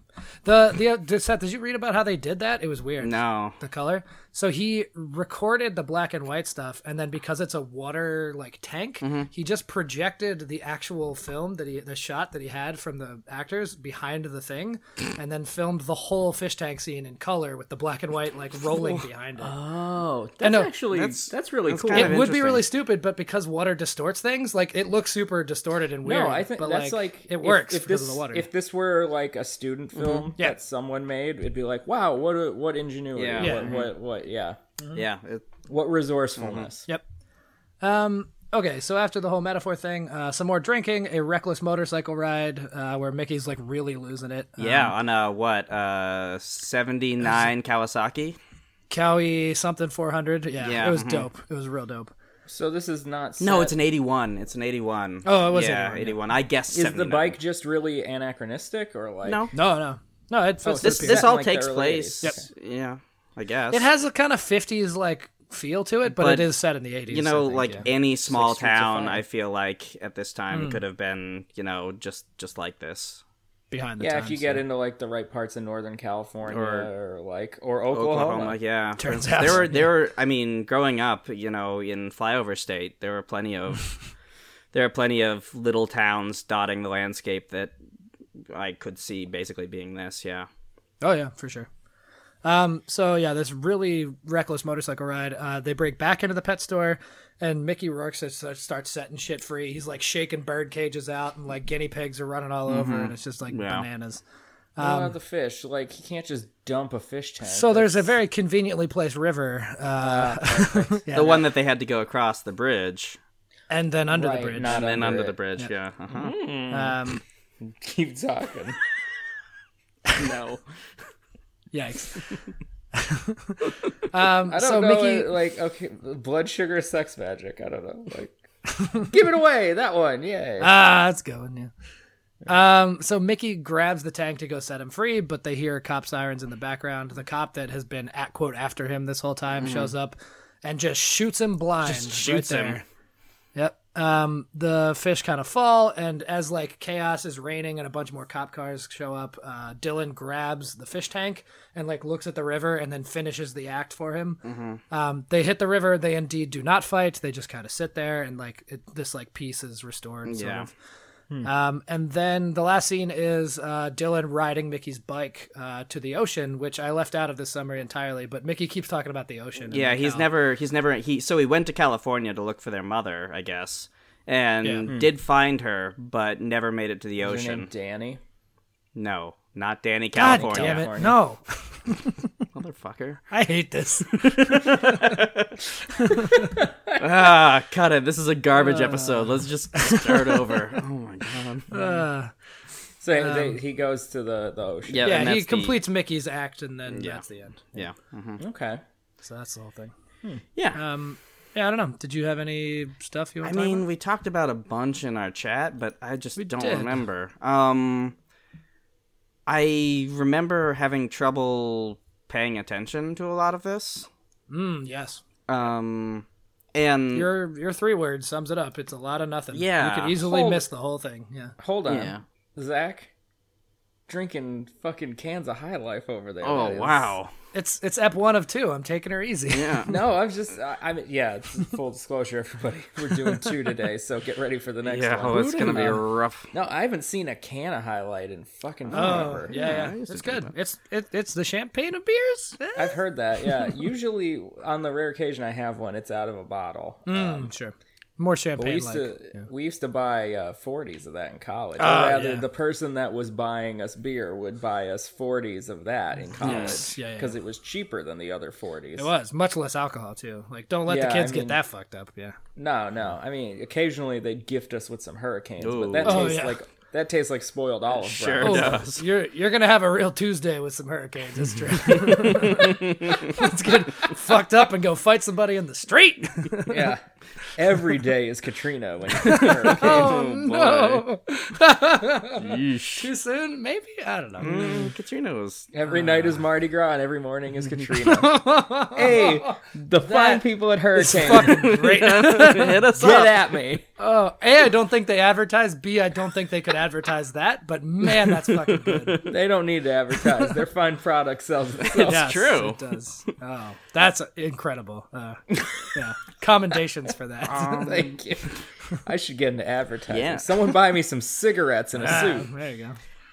[SPEAKER 5] the the uh, Seth, did you read about how they did that? It was weird.
[SPEAKER 4] No.
[SPEAKER 5] the color. So he recorded the black and white stuff, and then because it's a water like tank,
[SPEAKER 3] Mm-hmm.
[SPEAKER 5] he just projected the actual film that he the shot that he had from the actors behind the thing, and then filmed the whole fish tank scene in color with the black and white like rolling behind it.
[SPEAKER 3] Oh,
[SPEAKER 5] I
[SPEAKER 3] that's
[SPEAKER 5] know.
[SPEAKER 3] actually that's,
[SPEAKER 4] That's-
[SPEAKER 3] really
[SPEAKER 4] that's
[SPEAKER 3] cool.
[SPEAKER 4] kind
[SPEAKER 5] It
[SPEAKER 4] of
[SPEAKER 5] would be
[SPEAKER 4] interesting.
[SPEAKER 5] really stupid, but because water distorts things, like it looks super distorted and weird.
[SPEAKER 3] No, I think
[SPEAKER 5] but
[SPEAKER 3] that's like,
[SPEAKER 5] like, it
[SPEAKER 3] if-
[SPEAKER 5] works
[SPEAKER 3] if,
[SPEAKER 5] because
[SPEAKER 3] this
[SPEAKER 5] of the water.
[SPEAKER 3] if this were like a student
[SPEAKER 4] Mm-hmm.
[SPEAKER 3] film
[SPEAKER 5] Yeah.
[SPEAKER 3] that someone made, it'd be like, wow, what a, what ingenuity,
[SPEAKER 4] Yeah.
[SPEAKER 5] Yeah.
[SPEAKER 3] What, what what yeah,
[SPEAKER 4] Yeah, it-
[SPEAKER 3] what resourcefulness.
[SPEAKER 5] Yep. Um, okay, so after the whole metaphor thing, uh, some more drinking, a reckless motorcycle ride uh, where Mickey's like really losing it. Um,
[SPEAKER 4] yeah. on a what? Uh, seventy nine Kawasaki.
[SPEAKER 5] Cowie something 400. Yeah,
[SPEAKER 4] Yeah,
[SPEAKER 5] it was
[SPEAKER 4] mhm.
[SPEAKER 5] dope. It was real dope.
[SPEAKER 3] So this is not
[SPEAKER 4] No,
[SPEAKER 3] set-
[SPEAKER 4] it's an eighty one. It's an eighty one.
[SPEAKER 5] Oh, it was
[SPEAKER 4] yeah,
[SPEAKER 5] 81, yeah.
[SPEAKER 4] eighty one. I guess
[SPEAKER 3] is the bike just really anachronistic or like
[SPEAKER 4] No.
[SPEAKER 5] No, no. No, it fits
[SPEAKER 3] Oh, so
[SPEAKER 4] This
[SPEAKER 5] this,
[SPEAKER 3] it's
[SPEAKER 4] this
[SPEAKER 3] set in,
[SPEAKER 4] all
[SPEAKER 3] like, the
[SPEAKER 4] takes
[SPEAKER 3] early
[SPEAKER 4] place.
[SPEAKER 3] 80s.
[SPEAKER 4] Yeah, I guess
[SPEAKER 5] It has a kind of 50s like feel to it, but,
[SPEAKER 4] But,
[SPEAKER 5] it is set in the 80s.
[SPEAKER 4] you
[SPEAKER 5] I
[SPEAKER 4] know
[SPEAKER 5] think,
[SPEAKER 4] like
[SPEAKER 5] yeah.
[SPEAKER 4] any small
[SPEAKER 3] Streets of
[SPEAKER 4] town.
[SPEAKER 3] Fire.
[SPEAKER 4] I feel like at this
[SPEAKER 5] Hmm.
[SPEAKER 4] time could have been you know just just like this.
[SPEAKER 5] behind the
[SPEAKER 3] Yeah, if
[SPEAKER 5] times,
[SPEAKER 3] you get into like the right parts in Northern California or, like or Oklahoma.
[SPEAKER 4] Oklahoma, yeah.
[SPEAKER 5] Turns out.
[SPEAKER 4] there were there were I mean, growing up, you know, in flyover state, there were plenty of there are plenty of little towns dotting the landscape that I could see basically being this, yeah.
[SPEAKER 5] Oh yeah, for sure. Um, so yeah, this really reckless motorcycle ride. Uh, they break back into the pet store, and Mickey Rourke starts, starts setting shit free. He's like shaking bird cages out, and like guinea pigs are running all over,
[SPEAKER 3] Mm-hmm.
[SPEAKER 5] and it's just like bananas.
[SPEAKER 3] Uh, the fish, like he can't just dump a fish tank.
[SPEAKER 5] Um, So there's a very conveniently placed river, uh,
[SPEAKER 4] the one that they had to go across the bridge
[SPEAKER 5] and then under
[SPEAKER 3] Right,
[SPEAKER 5] the bridge.
[SPEAKER 3] not
[SPEAKER 4] and then
[SPEAKER 3] under
[SPEAKER 4] under
[SPEAKER 3] it.
[SPEAKER 4] the bridge, yeah. Uh-huh.
[SPEAKER 5] Um,
[SPEAKER 3] keep talking.
[SPEAKER 4] no.
[SPEAKER 5] yikes. Um,
[SPEAKER 3] I don't
[SPEAKER 5] So
[SPEAKER 3] know.
[SPEAKER 5] Mickey-
[SPEAKER 3] uh, Like okay, blood sugar, sex magic. I don't know. Like, give it away. That one. Yay.
[SPEAKER 4] Uh,
[SPEAKER 5] Ah, that's going. Yeah. Um, so Mickey grabs the tank to go set him free, but they hear cop sirens in the background. The cop that has been at quote after him this whole time shows up and just shoots him blind.
[SPEAKER 4] Mm-hmm. shoots
[SPEAKER 5] right
[SPEAKER 4] him.
[SPEAKER 5] there. Yep. Um, the fish kind of fall, and as like chaos is raining and a bunch more cop cars show up, uh, Dylan grabs the fish tank and like looks at the river and then finishes the act for him.
[SPEAKER 4] Mm-hmm.
[SPEAKER 5] Um, they hit the river. They indeed do not fight. They just kind of sit there and like it, this like peace is restored. Sort
[SPEAKER 4] Yeah.
[SPEAKER 5] of. Um, and then the last scene is uh, Dylan riding Mickey's bike uh, to the ocean, which I left out of this summary entirely. But Mickey keeps talking about the ocean. and
[SPEAKER 4] Yeah,
[SPEAKER 5] like
[SPEAKER 4] he's
[SPEAKER 5] how-
[SPEAKER 4] never he's never he so he went to California to look for their mother, I guess. And
[SPEAKER 5] Hmm.
[SPEAKER 4] did find her, but never made it to the
[SPEAKER 3] Is your name
[SPEAKER 4] ocean.
[SPEAKER 3] Danny.
[SPEAKER 4] No, not Danny
[SPEAKER 5] God
[SPEAKER 4] California.
[SPEAKER 5] damn it!
[SPEAKER 3] California.
[SPEAKER 5] No,
[SPEAKER 4] Motherfucker.
[SPEAKER 5] I hate this.
[SPEAKER 4] Ah, cut it. This is a garbage episode. Let's just start over. Ah. Oh my god.
[SPEAKER 3] So
[SPEAKER 5] Um,
[SPEAKER 3] they, he goes to the the ocean.
[SPEAKER 4] Yeah, and
[SPEAKER 5] yeah, he
[SPEAKER 4] that's the-
[SPEAKER 5] completes Mickey's act, and then
[SPEAKER 4] Yeah.
[SPEAKER 5] that's the end.
[SPEAKER 4] Yeah.
[SPEAKER 3] Okay.
[SPEAKER 5] So that's the whole thing.
[SPEAKER 4] Yeah.
[SPEAKER 5] Um, yeah, I don't know. Did you have any stuff you
[SPEAKER 4] I
[SPEAKER 5] want to talk
[SPEAKER 4] mean,
[SPEAKER 5] about?
[SPEAKER 4] we talked about a bunch in our chat, but I just don't
[SPEAKER 5] did.
[SPEAKER 4] remember. Um I remember having trouble paying attention to a lot of this.
[SPEAKER 5] Mm, yes.
[SPEAKER 4] Um and
[SPEAKER 5] Your your three words sums it up. It's a lot of nothing.
[SPEAKER 4] Yeah.
[SPEAKER 5] you could easily
[SPEAKER 3] Hold-
[SPEAKER 5] miss the whole thing. Yeah,
[SPEAKER 3] Hold on,
[SPEAKER 4] Yeah.
[SPEAKER 3] Zach. Drinking fucking cans of High Life over there.
[SPEAKER 4] Oh
[SPEAKER 3] That is-
[SPEAKER 4] wow.
[SPEAKER 5] it's it's ep one of two. I'm taking her easy.
[SPEAKER 4] Yeah.
[SPEAKER 3] No, I'm just. I, I mean, yeah. it's Full disclosure, everybody. We're doing two today, so get ready for the next
[SPEAKER 4] yeah,
[SPEAKER 3] one.
[SPEAKER 4] oh, it's gonna be
[SPEAKER 3] Um,
[SPEAKER 4] rough.
[SPEAKER 3] No, I haven't seen a can of highlight in fucking
[SPEAKER 5] Oh
[SPEAKER 3] forever.
[SPEAKER 5] yeah, yeah, it's good. It's it, it's the champagne of beers. Eh?
[SPEAKER 3] I've heard that. Yeah, usually on the rare occasion I have one, it's out of a bottle.
[SPEAKER 4] Um,
[SPEAKER 5] Mm, sure, more
[SPEAKER 3] But we
[SPEAKER 5] champagne.
[SPEAKER 3] used
[SPEAKER 5] Like.
[SPEAKER 3] to we used to buy uh, 40s of that in college. Or
[SPEAKER 5] Oh,
[SPEAKER 3] rather,
[SPEAKER 5] yeah.
[SPEAKER 3] the person that was buying us beer would buy us 40s of that in college because
[SPEAKER 5] Yeah, yeah.
[SPEAKER 3] it was cheaper than the other 40s.
[SPEAKER 5] It was much less alcohol too. Like, don't let
[SPEAKER 3] Yeah,
[SPEAKER 5] the
[SPEAKER 3] I
[SPEAKER 5] kids
[SPEAKER 3] mean-
[SPEAKER 5] get that fucked up. Yeah,
[SPEAKER 3] No, no. I mean, occasionally they'd gift us with some hurricanes, but
[SPEAKER 4] Ooh.
[SPEAKER 3] that
[SPEAKER 5] Oh,
[SPEAKER 3] tastes
[SPEAKER 5] yeah.
[SPEAKER 3] like that tastes like spoiled olive.
[SPEAKER 4] Sure
[SPEAKER 3] Brown.
[SPEAKER 4] does.
[SPEAKER 5] Oh, You're you're gonna have a real Tuesday with some hurricanes. That's true. Let's get fucked up and go fight somebody in the street.
[SPEAKER 3] Yeah. Every day is Katrina when you hurricane.
[SPEAKER 5] Oh.
[SPEAKER 4] Oh,
[SPEAKER 5] no,
[SPEAKER 4] Yeesh.
[SPEAKER 5] too soon. Maybe I don't know.
[SPEAKER 4] Mm, Katrina was
[SPEAKER 3] Every night is Mardi Gras and every morning is Katrina. hey, the fine people at Hurricane,
[SPEAKER 5] Great.
[SPEAKER 4] hit us
[SPEAKER 3] get
[SPEAKER 4] up.
[SPEAKER 3] at me.
[SPEAKER 5] Oh, A, I don't think they advertise. B, I don't think they could advertise that. But man, that's fucking good.
[SPEAKER 3] They don't need to advertise. Their fine product sells itself.
[SPEAKER 5] Yes,
[SPEAKER 4] true.
[SPEAKER 5] It does. Oh, that's incredible. Uh, yeah, commendations for that.
[SPEAKER 3] Thank you. I should get into advertising.
[SPEAKER 4] Yeah.
[SPEAKER 3] Someone buy me some cigarettes and a
[SPEAKER 5] Ah,
[SPEAKER 3] suit.
[SPEAKER 5] there you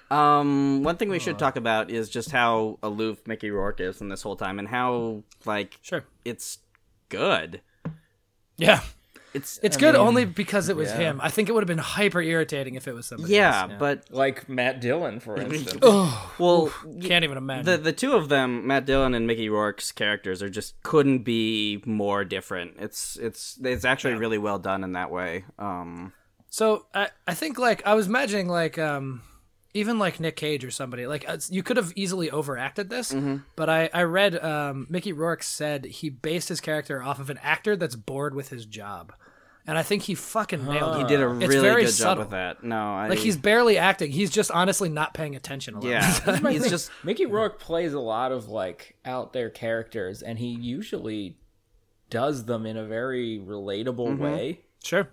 [SPEAKER 5] go.
[SPEAKER 4] Um, one thing we should talk about is just how aloof Mickey Rourke is in this whole time, and how like
[SPEAKER 5] Sure.
[SPEAKER 4] it's good.
[SPEAKER 5] Yeah.
[SPEAKER 4] It's
[SPEAKER 5] It's good only because it was him. I think it would have been hyper irritating if it was somebody
[SPEAKER 4] yeah,
[SPEAKER 5] else.
[SPEAKER 4] but
[SPEAKER 3] Like Matt Dillon, for instance.
[SPEAKER 4] well, y-
[SPEAKER 5] Can't even imagine.
[SPEAKER 4] the the two of them, Matt Dillon and Mickey Rourke's characters, are just couldn't be more different. It's it's it's actually really well done in that way. Um,
[SPEAKER 5] So I, I think like I was imagining like um even like Nick Cage or somebody like uh, you could have easily overacted this,
[SPEAKER 4] Mm-hmm.
[SPEAKER 5] but I I read um Mickey Rourke said he based his character off of an actor that's bored with his job, and I think he fucking nailed it.
[SPEAKER 4] he did a
[SPEAKER 5] It's
[SPEAKER 4] really
[SPEAKER 5] very
[SPEAKER 4] good job
[SPEAKER 5] subtle.
[SPEAKER 4] with that. No, I,
[SPEAKER 5] Like he's barely acting. He's just honestly not paying attention a lot.
[SPEAKER 4] yeah, he's just
[SPEAKER 3] Mickey Rourke plays a lot of like out there characters, and he usually does them in a very relatable
[SPEAKER 5] Mm-hmm.
[SPEAKER 3] way. Uh,
[SPEAKER 5] sure.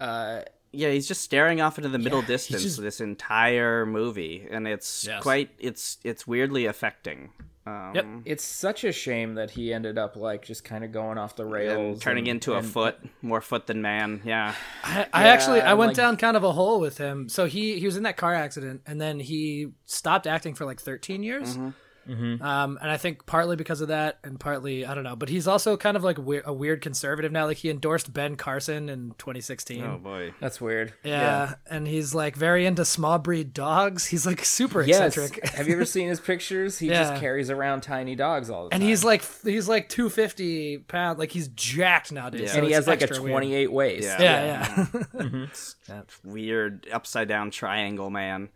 [SPEAKER 4] yeah, he's just staring off into the middle distance this entire movie, and it's
[SPEAKER 5] Yes.
[SPEAKER 4] quite it's it's weirdly affecting. Um,
[SPEAKER 5] Yep.
[SPEAKER 3] It's such a shame that he ended up like just kind of going off the rails,
[SPEAKER 4] And turning
[SPEAKER 3] and-
[SPEAKER 4] into a
[SPEAKER 3] and-
[SPEAKER 4] foot, more foot than man. Yeah,
[SPEAKER 5] I, I actually I
[SPEAKER 3] and,
[SPEAKER 5] went
[SPEAKER 3] like-
[SPEAKER 5] down kind of a hole with him. So he he was in that car accident, and then he stopped acting for like 13 years.
[SPEAKER 3] Mm-hmm.
[SPEAKER 5] Um, and I think partly because of that, and partly I don't know. But he's also kind of like weir- a weird conservative now. Like he endorsed Ben Carson in 2016.
[SPEAKER 4] Oh, boy.
[SPEAKER 3] That's weird.
[SPEAKER 5] yeah, and he's like very into small breed dogs. He's like super
[SPEAKER 3] Yes.
[SPEAKER 5] eccentric.
[SPEAKER 3] Have you ever seen his pictures? He
[SPEAKER 5] Yeah.
[SPEAKER 3] just carries around tiny dogs all the
[SPEAKER 5] And
[SPEAKER 3] time.
[SPEAKER 5] he's like he's like 250 pound. Like he's jacked nowadays.
[SPEAKER 4] Yeah.
[SPEAKER 5] so
[SPEAKER 3] and he
[SPEAKER 5] it's
[SPEAKER 3] has like a
[SPEAKER 5] extra weird.
[SPEAKER 3] 28 waist.
[SPEAKER 4] Yeah.
[SPEAKER 5] Yeah, yeah,
[SPEAKER 4] Weird upside down triangle man.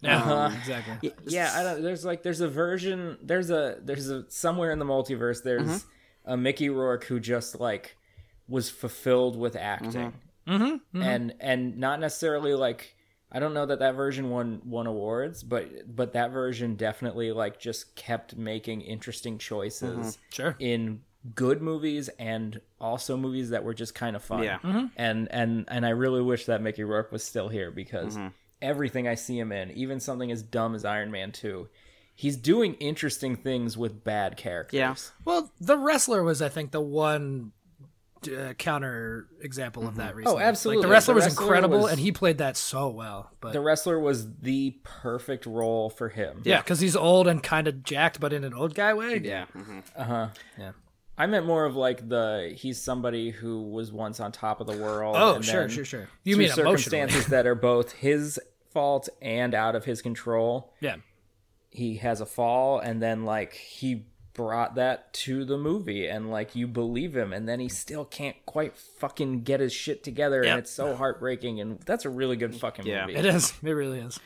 [SPEAKER 5] yeah.
[SPEAKER 3] Uh-huh.
[SPEAKER 5] exactly.
[SPEAKER 3] yeah i don't there's like there's a version there's a there's a somewhere in the multiverse there's
[SPEAKER 5] Mm-hmm.
[SPEAKER 3] a mickey rourke who just like was fulfilled with acting
[SPEAKER 5] Mm-hmm.
[SPEAKER 4] Mm-hmm.
[SPEAKER 3] and and not necessarily like i don't know that that version won won awards but but that version definitely like just kept making interesting choices
[SPEAKER 5] Sure.
[SPEAKER 4] Mm-hmm.
[SPEAKER 3] in good movies and also movies that were just kind of fun.
[SPEAKER 4] Yeah.
[SPEAKER 3] And and and I really wish that Mickey Rourke was still here because
[SPEAKER 4] Mm-hmm.
[SPEAKER 3] everything I see him in, even something as dumb as Iron Man 2, he's doing interesting things with bad characters.
[SPEAKER 4] Yeah.
[SPEAKER 5] Well, the wrestler was, I think, the one uh, counter example of that. Recently.
[SPEAKER 3] Mm-hmm. Oh, absolutely.
[SPEAKER 5] Like, the wrestler
[SPEAKER 3] The
[SPEAKER 5] was
[SPEAKER 3] Wrestler
[SPEAKER 5] incredible,
[SPEAKER 3] was-
[SPEAKER 5] and he played that so well. But
[SPEAKER 3] The wrestler was the perfect role for him.
[SPEAKER 5] yeah, because he's old and kind of jacked, but in an old guy way.
[SPEAKER 4] Yeah.
[SPEAKER 3] I meant more of like the he's somebody who was once on top of the world.
[SPEAKER 5] Oh,
[SPEAKER 3] and
[SPEAKER 5] sure,
[SPEAKER 3] then
[SPEAKER 5] sure, sure. You
[SPEAKER 3] through
[SPEAKER 5] mean emotionally?
[SPEAKER 3] circumstances that are both his fault and out of his control.
[SPEAKER 5] yeah.
[SPEAKER 3] he has a fall and then like he brought that to the movie and like you believe him and then he still can't quite fucking get his shit together and it's so heartbreaking and that's a really good fucking
[SPEAKER 4] Yeah.
[SPEAKER 3] movie.
[SPEAKER 5] It is. It really is.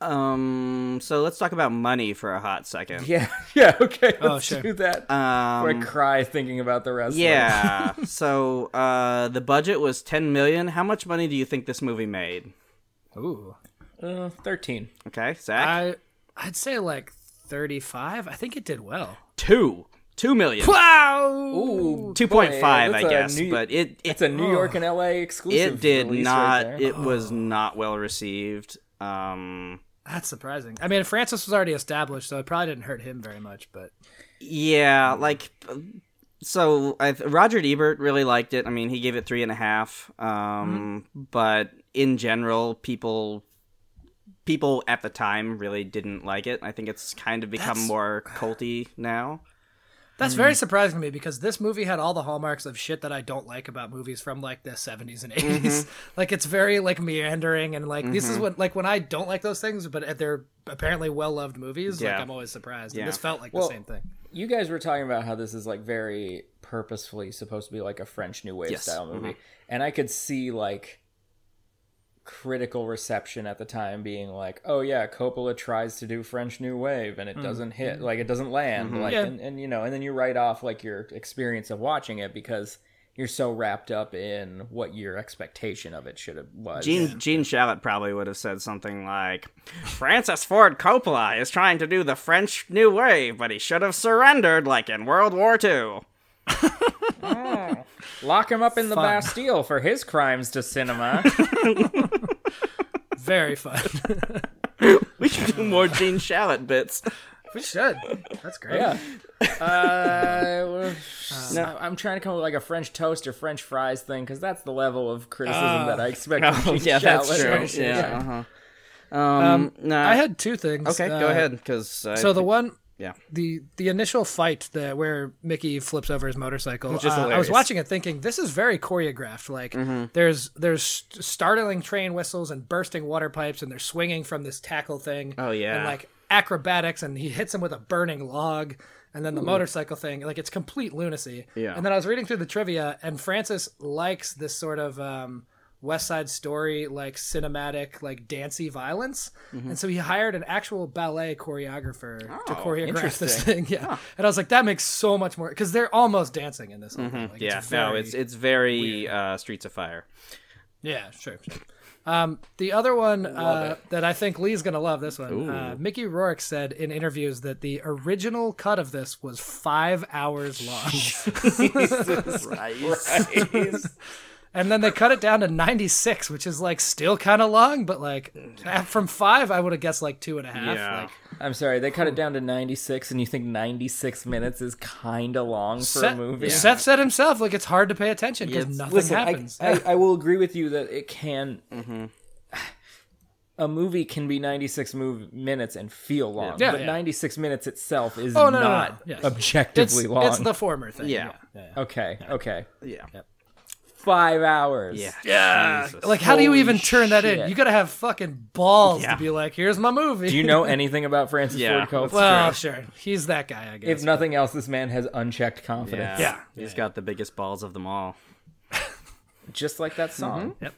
[SPEAKER 4] Um. So let's talk about money for a hot second.
[SPEAKER 3] Yeah. Yeah, okay. Let's
[SPEAKER 5] Oh, sure.
[SPEAKER 3] do that.
[SPEAKER 4] Um,
[SPEAKER 3] Or I cry thinking about the rest
[SPEAKER 4] Yeah. so uh, the budget was ten million. How much money do you think this movie made?
[SPEAKER 5] Ooh.
[SPEAKER 3] Uh, 13.
[SPEAKER 4] Okay, Zach.
[SPEAKER 5] I I'd say like thirty-five. I think it did well.
[SPEAKER 4] two. Two million.
[SPEAKER 5] Wow.
[SPEAKER 3] Ooh,
[SPEAKER 4] Two point five,
[SPEAKER 3] boy,
[SPEAKER 4] I
[SPEAKER 3] that's a
[SPEAKER 4] guess.
[SPEAKER 3] New-
[SPEAKER 4] but it it,
[SPEAKER 3] it's a New
[SPEAKER 5] Oh.
[SPEAKER 3] York and LA exclusive.
[SPEAKER 4] it did
[SPEAKER 3] release
[SPEAKER 4] not.
[SPEAKER 3] Right there.
[SPEAKER 4] it was not well received. Um.
[SPEAKER 5] That's surprising. I mean, Francis was already established, so it probably didn't hurt him very much. But
[SPEAKER 4] Yeah, like so. I, Roger Ebert really liked it. I mean, he gave it three and a half. Um, But in general, people people at the time really didn't like it. I think it's kind of become
[SPEAKER 5] That's-
[SPEAKER 4] more culty now.
[SPEAKER 5] That's very surprising to me because this movie had all the hallmarks of shit that I don't like about movies from like the 70s and 80s.
[SPEAKER 4] Mm-hmm.
[SPEAKER 5] Like it's very like meandering and like this is what like when I don't like those things but they're apparently well-loved movies
[SPEAKER 4] Yeah.
[SPEAKER 5] like I'm always surprised.
[SPEAKER 4] Yeah.
[SPEAKER 5] And this felt like
[SPEAKER 3] Well,
[SPEAKER 5] the same thing.
[SPEAKER 3] you guys were talking about how this is like very purposefully supposed to be like a French New Wave
[SPEAKER 4] Yes. Mm-hmm.
[SPEAKER 3] style movie, and I could see like critical reception at the time being like, "Oh yeah, Coppola tries to do French New Wave and it doesn't hit,
[SPEAKER 4] Mm-hmm.
[SPEAKER 3] like it doesn't land." Like,
[SPEAKER 5] Yeah.
[SPEAKER 3] and, and you know, and then you write off like your experience of watching it because you're so wrapped up in what your expectation of it should have was.
[SPEAKER 4] Gene Gene Shalit probably would have said something like, "Francis Ford Coppola is trying to do the French New Wave, but he should have surrendered like in World War II."
[SPEAKER 3] Lock him up in the
[SPEAKER 5] Fun.
[SPEAKER 3] Bastille for his crimes to cinema.
[SPEAKER 5] Very fun.
[SPEAKER 4] We should do more Gene Shalit bits.
[SPEAKER 5] we should. That's great.
[SPEAKER 3] Yeah. Uh, well, I- I'm trying to come up with like a French toast or French fries thing because that's the level of criticism
[SPEAKER 5] Ah.
[SPEAKER 3] that I expect.
[SPEAKER 5] Oh,
[SPEAKER 4] Oh,
[SPEAKER 3] from Gene Shalit.
[SPEAKER 4] Yeah. uh-huh. Um, no,
[SPEAKER 5] I had two things.
[SPEAKER 4] Okay,
[SPEAKER 5] Uh,
[SPEAKER 4] go ahead. Because
[SPEAKER 5] So the one
[SPEAKER 4] Yeah.
[SPEAKER 5] the the initial fight that where Mickey flips over his motorcycle.
[SPEAKER 4] is
[SPEAKER 5] uh, I was
[SPEAKER 4] hilarious. Mm-hmm.
[SPEAKER 5] watching it thinking this is very choreographed. Like there's there's st- startling train whistles and bursting water pipes and they're swinging from this tackle thing.
[SPEAKER 4] Oh, yeah.
[SPEAKER 5] and like acrobatics and he hits him with a burning log and then the motorcycle thing. Like it's complete lunacy.
[SPEAKER 4] Yeah.
[SPEAKER 5] And then I was reading through the trivia and Francis likes this sort of. Um, West Side Story, like cinematic, like dancey violence,
[SPEAKER 4] Mm-hmm.
[SPEAKER 5] and so he hired an actual ballet choreographer
[SPEAKER 4] Oh,
[SPEAKER 5] to choreograph this thing. Yeah, and I was like, that makes so much more because they're almost dancing in this. whole thing. Like,
[SPEAKER 4] Mm-hmm. yeah,
[SPEAKER 5] it's
[SPEAKER 4] no,
[SPEAKER 5] very-
[SPEAKER 4] it's it's very uh, Streets of Fire.
[SPEAKER 5] yeah, sure. sure. Um, the other one uh, that I think Lee's gonna love this one. Uh, Mickey Rourke said in interviews that the original cut of this was five hours long, and then they cut it down to ninety six, which is like still kind of long, but like from five, I would have guessed like two and a half.
[SPEAKER 4] Mm. Yeah.
[SPEAKER 5] Like,
[SPEAKER 3] I'm sorry, they cut it down to 96, and you think 96 minutes is kind of long for a
[SPEAKER 5] Seth,
[SPEAKER 3] movie?
[SPEAKER 5] Seth said himself, like it's hard to pay attention because
[SPEAKER 4] Yes.
[SPEAKER 5] nothing
[SPEAKER 3] Listen, I,
[SPEAKER 5] happens. Mm-hmm.
[SPEAKER 3] I, I will agree with you that it can. A movie can be 96 move, minutes and feel long,
[SPEAKER 5] Yeah,
[SPEAKER 3] but
[SPEAKER 5] yeah.
[SPEAKER 3] 96 minutes itself is
[SPEAKER 5] Oh, no, no, no,
[SPEAKER 3] not
[SPEAKER 5] yes.
[SPEAKER 3] objectively
[SPEAKER 5] it's,
[SPEAKER 3] long.
[SPEAKER 5] it's the former thing.
[SPEAKER 4] Yeah.
[SPEAKER 3] okay, okay.
[SPEAKER 4] Yeah.
[SPEAKER 3] Five hours.
[SPEAKER 4] Yeah. Jesus.
[SPEAKER 5] Like, how do you
[SPEAKER 3] Holy
[SPEAKER 5] even turn that in?
[SPEAKER 3] shit.
[SPEAKER 5] You gotta have fucking balls
[SPEAKER 4] Yeah.
[SPEAKER 5] to be like, here's my movie.
[SPEAKER 3] Do you know anything about Francis
[SPEAKER 4] Yeah,
[SPEAKER 3] Ford Coppola?
[SPEAKER 5] Well, sure. He's that guy, I guess.
[SPEAKER 3] if nothing else, this man has unchecked confidence.
[SPEAKER 4] yeah. He's got the biggest balls of them all.
[SPEAKER 3] Just like that song
[SPEAKER 5] Mm-hmm. Yep.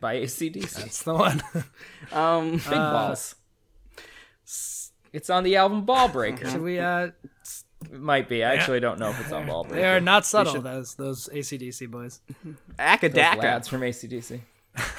[SPEAKER 3] by ACDC.
[SPEAKER 5] That's the one.
[SPEAKER 4] Um,
[SPEAKER 3] Big Balls. It's on the album Ball Breaker.
[SPEAKER 5] Should we, uh,
[SPEAKER 3] It might be. I actually don't know if it's on Ball
[SPEAKER 5] they
[SPEAKER 3] Breaker.
[SPEAKER 5] are not subtle, those, those ACDC boys.
[SPEAKER 3] Those
[SPEAKER 4] Akadaka.
[SPEAKER 3] lads from ACDC.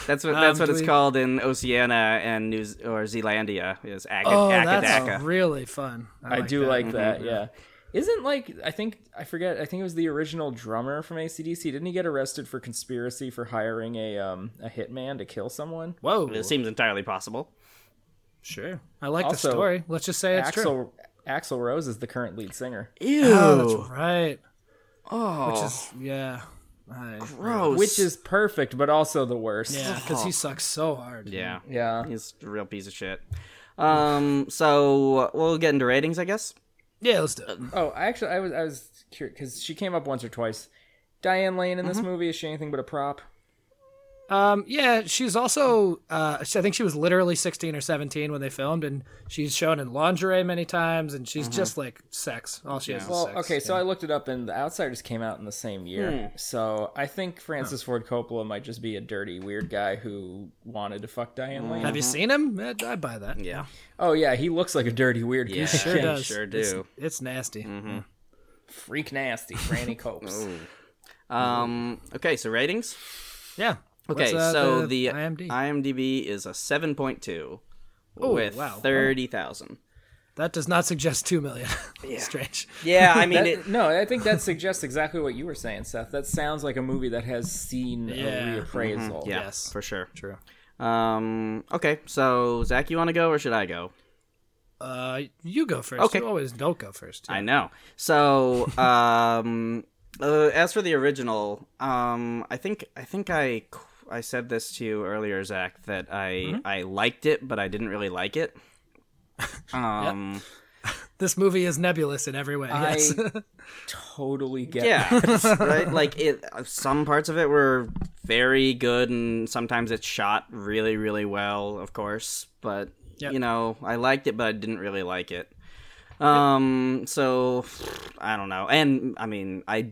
[SPEAKER 4] That's what
[SPEAKER 5] Um,
[SPEAKER 4] that's what
[SPEAKER 5] do
[SPEAKER 4] it's
[SPEAKER 5] we-
[SPEAKER 4] called in Oceania and New Z- or Zealandia is Ak-
[SPEAKER 5] Oh, that's
[SPEAKER 4] Akadaka.
[SPEAKER 5] really fun.
[SPEAKER 3] I, do
[SPEAKER 5] that.
[SPEAKER 3] like that. Yeah. Isn't like I think I forget. I think it was the original drummer from ACDC. Didn't he get arrested for conspiracy for hiring a um a hitman to kill someone?
[SPEAKER 5] Whoa.
[SPEAKER 4] It seems entirely possible.
[SPEAKER 5] Sure. I like
[SPEAKER 3] Also,
[SPEAKER 5] the story. Let's just say it's true.
[SPEAKER 3] Axel Axel Rose is the current lead singer.
[SPEAKER 4] Ew.
[SPEAKER 5] Oh, that's right.
[SPEAKER 4] Oh,
[SPEAKER 5] Which is, yeah. I-
[SPEAKER 4] gross.
[SPEAKER 3] which is perfect, but also the worst.
[SPEAKER 5] yeah, because
[SPEAKER 4] Oh.
[SPEAKER 5] he sucks so hard.
[SPEAKER 4] yeah,
[SPEAKER 3] Yeah.
[SPEAKER 4] he's a real piece of shit. Um, so we'll get into ratings, I guess.
[SPEAKER 5] Yeah, let's do it.
[SPEAKER 3] Oh, I actually, I was, I was curious because she came up once or twice. Diane Lane in this movie is she anything but a prop?
[SPEAKER 5] Um, yeah, she's also. Uh, she- I think she was literally sixteen or seventeen when they filmed, and she's shown in lingerie many times, and
[SPEAKER 4] Mm-hmm.
[SPEAKER 5] she's just like sex. All she has is
[SPEAKER 3] Well,
[SPEAKER 5] sex.
[SPEAKER 3] okay, so I looked it up, and The Outsiders came out in the same year. So I think Francis Ford Coppola might just be a dirty, weird guy who wanted to fuck Diane Lane.
[SPEAKER 5] Have you seen him? I, I buy that.
[SPEAKER 4] Yeah,
[SPEAKER 3] Oh yeah, he looks like a dirty, weird guy.
[SPEAKER 4] yeah,
[SPEAKER 5] sure
[SPEAKER 4] they
[SPEAKER 5] does.
[SPEAKER 4] Sure
[SPEAKER 5] It's,
[SPEAKER 4] do. Mm-hmm.
[SPEAKER 5] it's nasty.
[SPEAKER 3] Freak nasty, Franny Copes.
[SPEAKER 4] Um, okay, so ratings.
[SPEAKER 5] Yeah. What's,
[SPEAKER 4] Okay,
[SPEAKER 5] uh,
[SPEAKER 4] so
[SPEAKER 5] the,
[SPEAKER 4] the,
[SPEAKER 5] IMD
[SPEAKER 4] IMDb is a seven point two
[SPEAKER 5] Oh,
[SPEAKER 4] with
[SPEAKER 5] wow.
[SPEAKER 4] thirty thousand.
[SPEAKER 5] that does not suggest two million. Strange.
[SPEAKER 4] Yeah, I mean,
[SPEAKER 3] That-
[SPEAKER 4] it,
[SPEAKER 3] no, I think that suggests exactly what you were saying, Seth. That sounds like a movie that has seen
[SPEAKER 5] Yeah.
[SPEAKER 3] a reappraisal.
[SPEAKER 4] yeah,
[SPEAKER 5] Yes.
[SPEAKER 4] for sure.
[SPEAKER 5] True.
[SPEAKER 4] Um, okay, so Zach, you want to go or should I go?
[SPEAKER 5] Uh, you go first.
[SPEAKER 4] Okay.
[SPEAKER 5] You always don't go first.
[SPEAKER 4] I know. So, um, uh, as for the original, um, I think I think I I said this to you earlier, Zach, that I I liked it, but I didn't really like it. Um,
[SPEAKER 5] This movie is nebulous in every way.
[SPEAKER 3] I
[SPEAKER 5] yes.
[SPEAKER 3] totally get.
[SPEAKER 4] yeah, right. Like it, uh, some parts of it were very good, and sometimes it's shot really, really well, of course. But
[SPEAKER 5] Yep.
[SPEAKER 4] you know, I liked it, but I didn't really like it. Um, so I don't know, and I mean, I.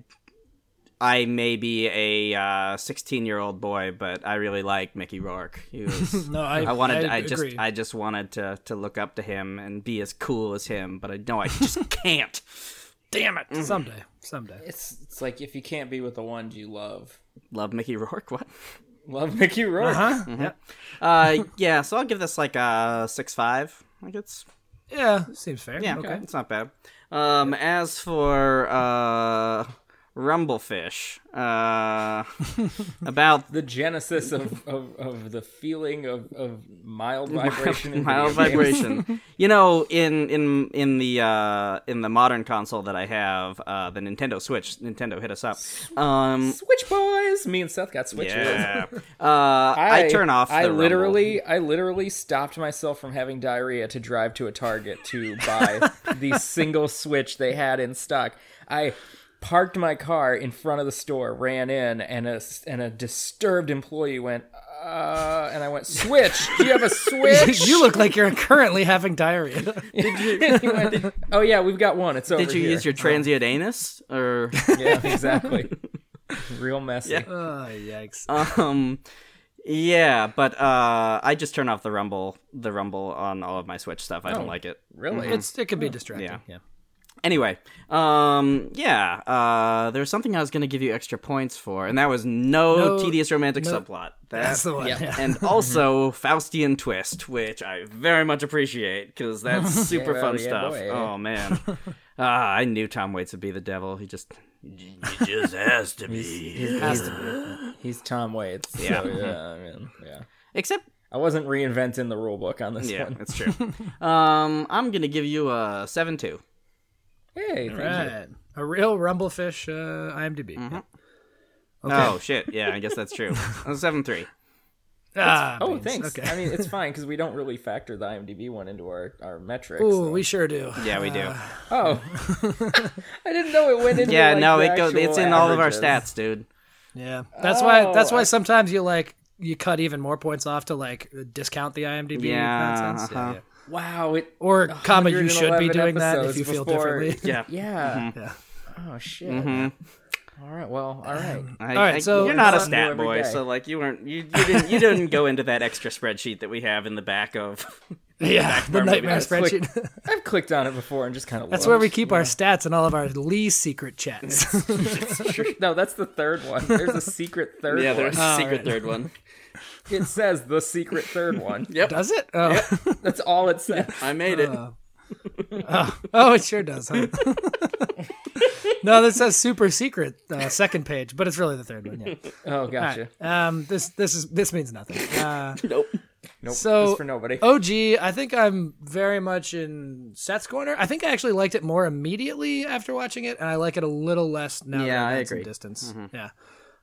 [SPEAKER 4] I may be a uh, sixteen-year-old boy, but I really like Mickey Rourke. He was,
[SPEAKER 5] no, I,
[SPEAKER 4] I wanted, I, just,
[SPEAKER 5] agree.
[SPEAKER 4] I just wanted to to look up to him and be as cool as him, but I know I just can't.
[SPEAKER 5] Damn it. Someday. Someday.
[SPEAKER 3] It's, it's like if you can't be with the ones you love,
[SPEAKER 4] Love Mickey Rourke. What?
[SPEAKER 3] love Mickey Rourke.
[SPEAKER 4] Uh-huh.
[SPEAKER 5] Huh? Yeah.
[SPEAKER 4] Uh, yeah, so I'll give this like a six five. Like it's
[SPEAKER 5] Yeah. Seems fair.
[SPEAKER 4] yeah,
[SPEAKER 5] Okay.
[SPEAKER 4] it's not bad. Um, as for uh, Rumblefish uh, about
[SPEAKER 3] The genesis of, of, of the feeling of, of mild vibration. in
[SPEAKER 4] mild
[SPEAKER 3] video games.
[SPEAKER 4] vibration. you know, in in in the uh, in the modern console that I have, uh, the Nintendo Switch. Nintendo hit us up. Um,
[SPEAKER 3] Switch boys. Me and Seth got switches.
[SPEAKER 4] yeah. uh, I, turn off. The
[SPEAKER 3] I
[SPEAKER 4] Rumble.
[SPEAKER 3] literally, I literally stopped myself from having diarrhea to drive to a Target to buy the single Switch they had in stock. I parked my car in front of the store, ran in, and a and a disturbed employee went, uh, and I went, "Switch? Do you have a Switch?"
[SPEAKER 5] you look like you're currently having diarrhea.
[SPEAKER 3] He went, oh yeah, we've got one. It's over
[SPEAKER 4] Did you
[SPEAKER 3] here."
[SPEAKER 4] use your transient anus or?
[SPEAKER 3] yeah, exactly. Real messy.
[SPEAKER 5] oh yikes!
[SPEAKER 4] um yeah but uh i just turn off the rumble the rumble on all of my switch stuff i don't like it
[SPEAKER 3] Really?
[SPEAKER 5] it's it could be distracting.
[SPEAKER 4] Yeah.
[SPEAKER 5] yeah.
[SPEAKER 4] anyway um yeah uh there's something i was gonna give you extra points for and that was no,
[SPEAKER 5] No-
[SPEAKER 4] tedious romantic
[SPEAKER 5] no-
[SPEAKER 4] subplot
[SPEAKER 5] That's the one. yeah.
[SPEAKER 4] and also faustian twist which i very much appreciate because that's super
[SPEAKER 3] Yeah,
[SPEAKER 4] fun
[SPEAKER 3] yeah,
[SPEAKER 4] stuff
[SPEAKER 3] boy.
[SPEAKER 4] oh man ah i knew tom waits would be the devil he just
[SPEAKER 2] It just has to be.
[SPEAKER 3] He's Tom Waits. so,
[SPEAKER 4] Yeah.
[SPEAKER 3] yeah, I mean, yeah.
[SPEAKER 4] except
[SPEAKER 3] I wasn't reinventing the rule book on this
[SPEAKER 4] yeah
[SPEAKER 3] one.
[SPEAKER 4] that's true um i'm gonna give you a 7-2
[SPEAKER 3] Hey, thank you.
[SPEAKER 5] Right. A real rumblefish uh, IMDb.
[SPEAKER 4] Oh shit! Yeah, I guess that's true. Oh, Seven three.
[SPEAKER 5] Ah,
[SPEAKER 3] Oh,
[SPEAKER 5] beans.
[SPEAKER 3] thanks.
[SPEAKER 5] Okay.
[SPEAKER 3] I mean, it's fine because we don't really factor the IMDb one into our, our metrics.
[SPEAKER 5] Ooh,
[SPEAKER 3] so-
[SPEAKER 5] we sure do.
[SPEAKER 4] Yeah, we do.
[SPEAKER 5] Uh,
[SPEAKER 3] Oh, I didn't know it went into.
[SPEAKER 4] yeah,
[SPEAKER 3] like,
[SPEAKER 4] no,
[SPEAKER 3] the
[SPEAKER 4] it goes.
[SPEAKER 3] actual
[SPEAKER 4] It's in all of our
[SPEAKER 3] averages.
[SPEAKER 4] stats, dude.
[SPEAKER 5] Yeah, that's why. That's
[SPEAKER 3] Oh,
[SPEAKER 5] why
[SPEAKER 3] I-
[SPEAKER 5] sometimes you like you cut even more points off to like discount the IMDb
[SPEAKER 4] Yeah,
[SPEAKER 5] nonsense. Yeah,
[SPEAKER 4] uh-huh.
[SPEAKER 5] yeah.
[SPEAKER 3] Wow, it.
[SPEAKER 5] Or comma, you should be
[SPEAKER 3] 111
[SPEAKER 5] doing that if
[SPEAKER 3] episodes
[SPEAKER 5] you feel
[SPEAKER 3] before-
[SPEAKER 5] differently.
[SPEAKER 4] Yeah.
[SPEAKER 3] Yeah.
[SPEAKER 5] Yeah.
[SPEAKER 4] Mm-hmm.
[SPEAKER 3] Oh shit. All right. Well. All right.
[SPEAKER 4] I,
[SPEAKER 5] All right,
[SPEAKER 4] I-
[SPEAKER 5] so-
[SPEAKER 4] you're not a
[SPEAKER 5] Something
[SPEAKER 3] new
[SPEAKER 4] stat
[SPEAKER 3] every
[SPEAKER 4] boy,
[SPEAKER 3] day.
[SPEAKER 4] so like you weren't. You, you didn't. You didn't go into that extra spreadsheet that we have in the back of.
[SPEAKER 5] Yeah, the
[SPEAKER 4] our movie.
[SPEAKER 5] nightmare
[SPEAKER 4] That's
[SPEAKER 5] spreadsheet.
[SPEAKER 3] I've clicked on it before and just kind of.
[SPEAKER 5] That's where we keep our stats and all of our Lee secret chats.
[SPEAKER 3] No, that's the third one. There's a secret third
[SPEAKER 4] Yeah,
[SPEAKER 3] one.
[SPEAKER 4] there's a secret third one.
[SPEAKER 3] It says the secret third one.
[SPEAKER 5] does it? Oh,
[SPEAKER 3] That's all it says.
[SPEAKER 4] I made
[SPEAKER 5] Uh,
[SPEAKER 4] it.
[SPEAKER 5] oh, it sure does. Huh? no, this says super secret uh, second page, but it's really the third one. Yeah.
[SPEAKER 3] Oh,
[SPEAKER 5] All
[SPEAKER 3] gotcha.
[SPEAKER 5] right. Um, this this is this means nothing. Uh,
[SPEAKER 4] Nope.
[SPEAKER 3] Nope.
[SPEAKER 5] So- oh,
[SPEAKER 3] this for nobody.
[SPEAKER 5] OG, I think I'm very much in Seth's corner. I think I actually liked it more immediately after watching it, and I like it a little less now.
[SPEAKER 4] Yeah,
[SPEAKER 5] that
[SPEAKER 4] I
[SPEAKER 5] I've had some
[SPEAKER 4] agree. Mm-hmm.
[SPEAKER 5] Distance. Yeah.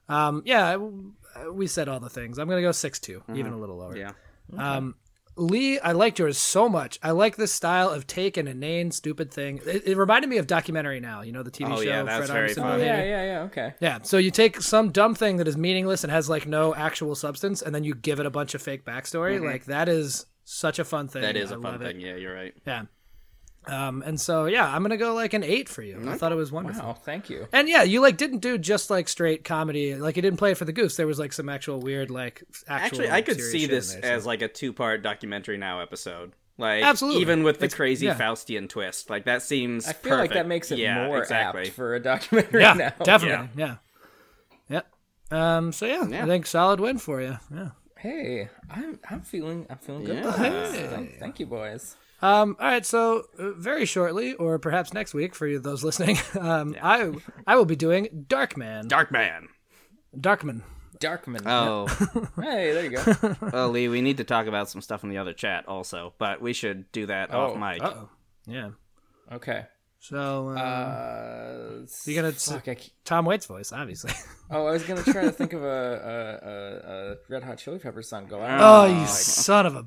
[SPEAKER 5] Um, yeah. I- we said all the things. I'm gonna go six even a little lower.
[SPEAKER 4] Mm-hmm. Yeah.
[SPEAKER 5] Um, Lee, I liked yours so much. I like this style of take an inane, stupid thing. It, it reminded me of documentary now. You know the TV
[SPEAKER 4] Oh,
[SPEAKER 5] show.
[SPEAKER 4] yeah, that was
[SPEAKER 5] Fred
[SPEAKER 4] very
[SPEAKER 5] Armisen
[SPEAKER 4] fun.
[SPEAKER 5] made.
[SPEAKER 3] yeah, yeah, yeah. Okay.
[SPEAKER 5] Yeah, so you take some dumb thing that is meaningless and has like no actual substance, and then you give it a bunch of fake backstory. Like that is such a fun thing.
[SPEAKER 4] Mm-hmm. That is
[SPEAKER 5] a
[SPEAKER 4] a fun thing. Yeah, you're right.
[SPEAKER 5] Yeah. Um, and so yeah, I'm gonna go like an eight for you. I thought it was wonderful.
[SPEAKER 3] Oh, thank you.
[SPEAKER 5] And yeah, you like didn't do just like straight comedy. Like you didn't play it for the goose. There was like some actual weird like actual.
[SPEAKER 4] Actually, I could
[SPEAKER 5] serious
[SPEAKER 4] see
[SPEAKER 5] shit in
[SPEAKER 4] this
[SPEAKER 5] there, so-
[SPEAKER 4] as like a two-part documentary now episode. Like
[SPEAKER 5] Absolutely.
[SPEAKER 4] even with the
[SPEAKER 5] It's-
[SPEAKER 4] crazy
[SPEAKER 5] yeah.
[SPEAKER 4] Faustian twist, like that seems.
[SPEAKER 3] I feel like that makes it more
[SPEAKER 4] exactly.
[SPEAKER 3] apt for a documentary
[SPEAKER 5] yeah,
[SPEAKER 3] now.
[SPEAKER 5] definitely, yeah. yeah, Um, so yeah, I think solid win for you. Yeah.
[SPEAKER 3] Hey, I'm I'm feeling I'm feeling good.
[SPEAKER 4] Yeah.
[SPEAKER 3] about this. Thank, thank you, boys.
[SPEAKER 5] Um, all right, so uh, very shortly, or perhaps next week for you, those listening, um, I I will be doing Darkman.
[SPEAKER 4] Dark man.
[SPEAKER 5] Darkman.
[SPEAKER 3] Darkman.
[SPEAKER 4] Oh.
[SPEAKER 3] Hey, there you go.
[SPEAKER 4] Oh, Lee, we need to talk about some stuff in the other chat also, but we should do that
[SPEAKER 3] Oh,
[SPEAKER 4] off mic.
[SPEAKER 5] Uh-oh. Yeah.
[SPEAKER 3] Okay.
[SPEAKER 5] So um,
[SPEAKER 3] Uh,
[SPEAKER 5] you gonna s-
[SPEAKER 3] fuck, I ca-
[SPEAKER 5] Tom Waits' voice, obviously.
[SPEAKER 3] oh, I was gonna try to think of a, a, a, a Red Hot Chili Peppers song. Go. I don't know.
[SPEAKER 5] oh, you son of a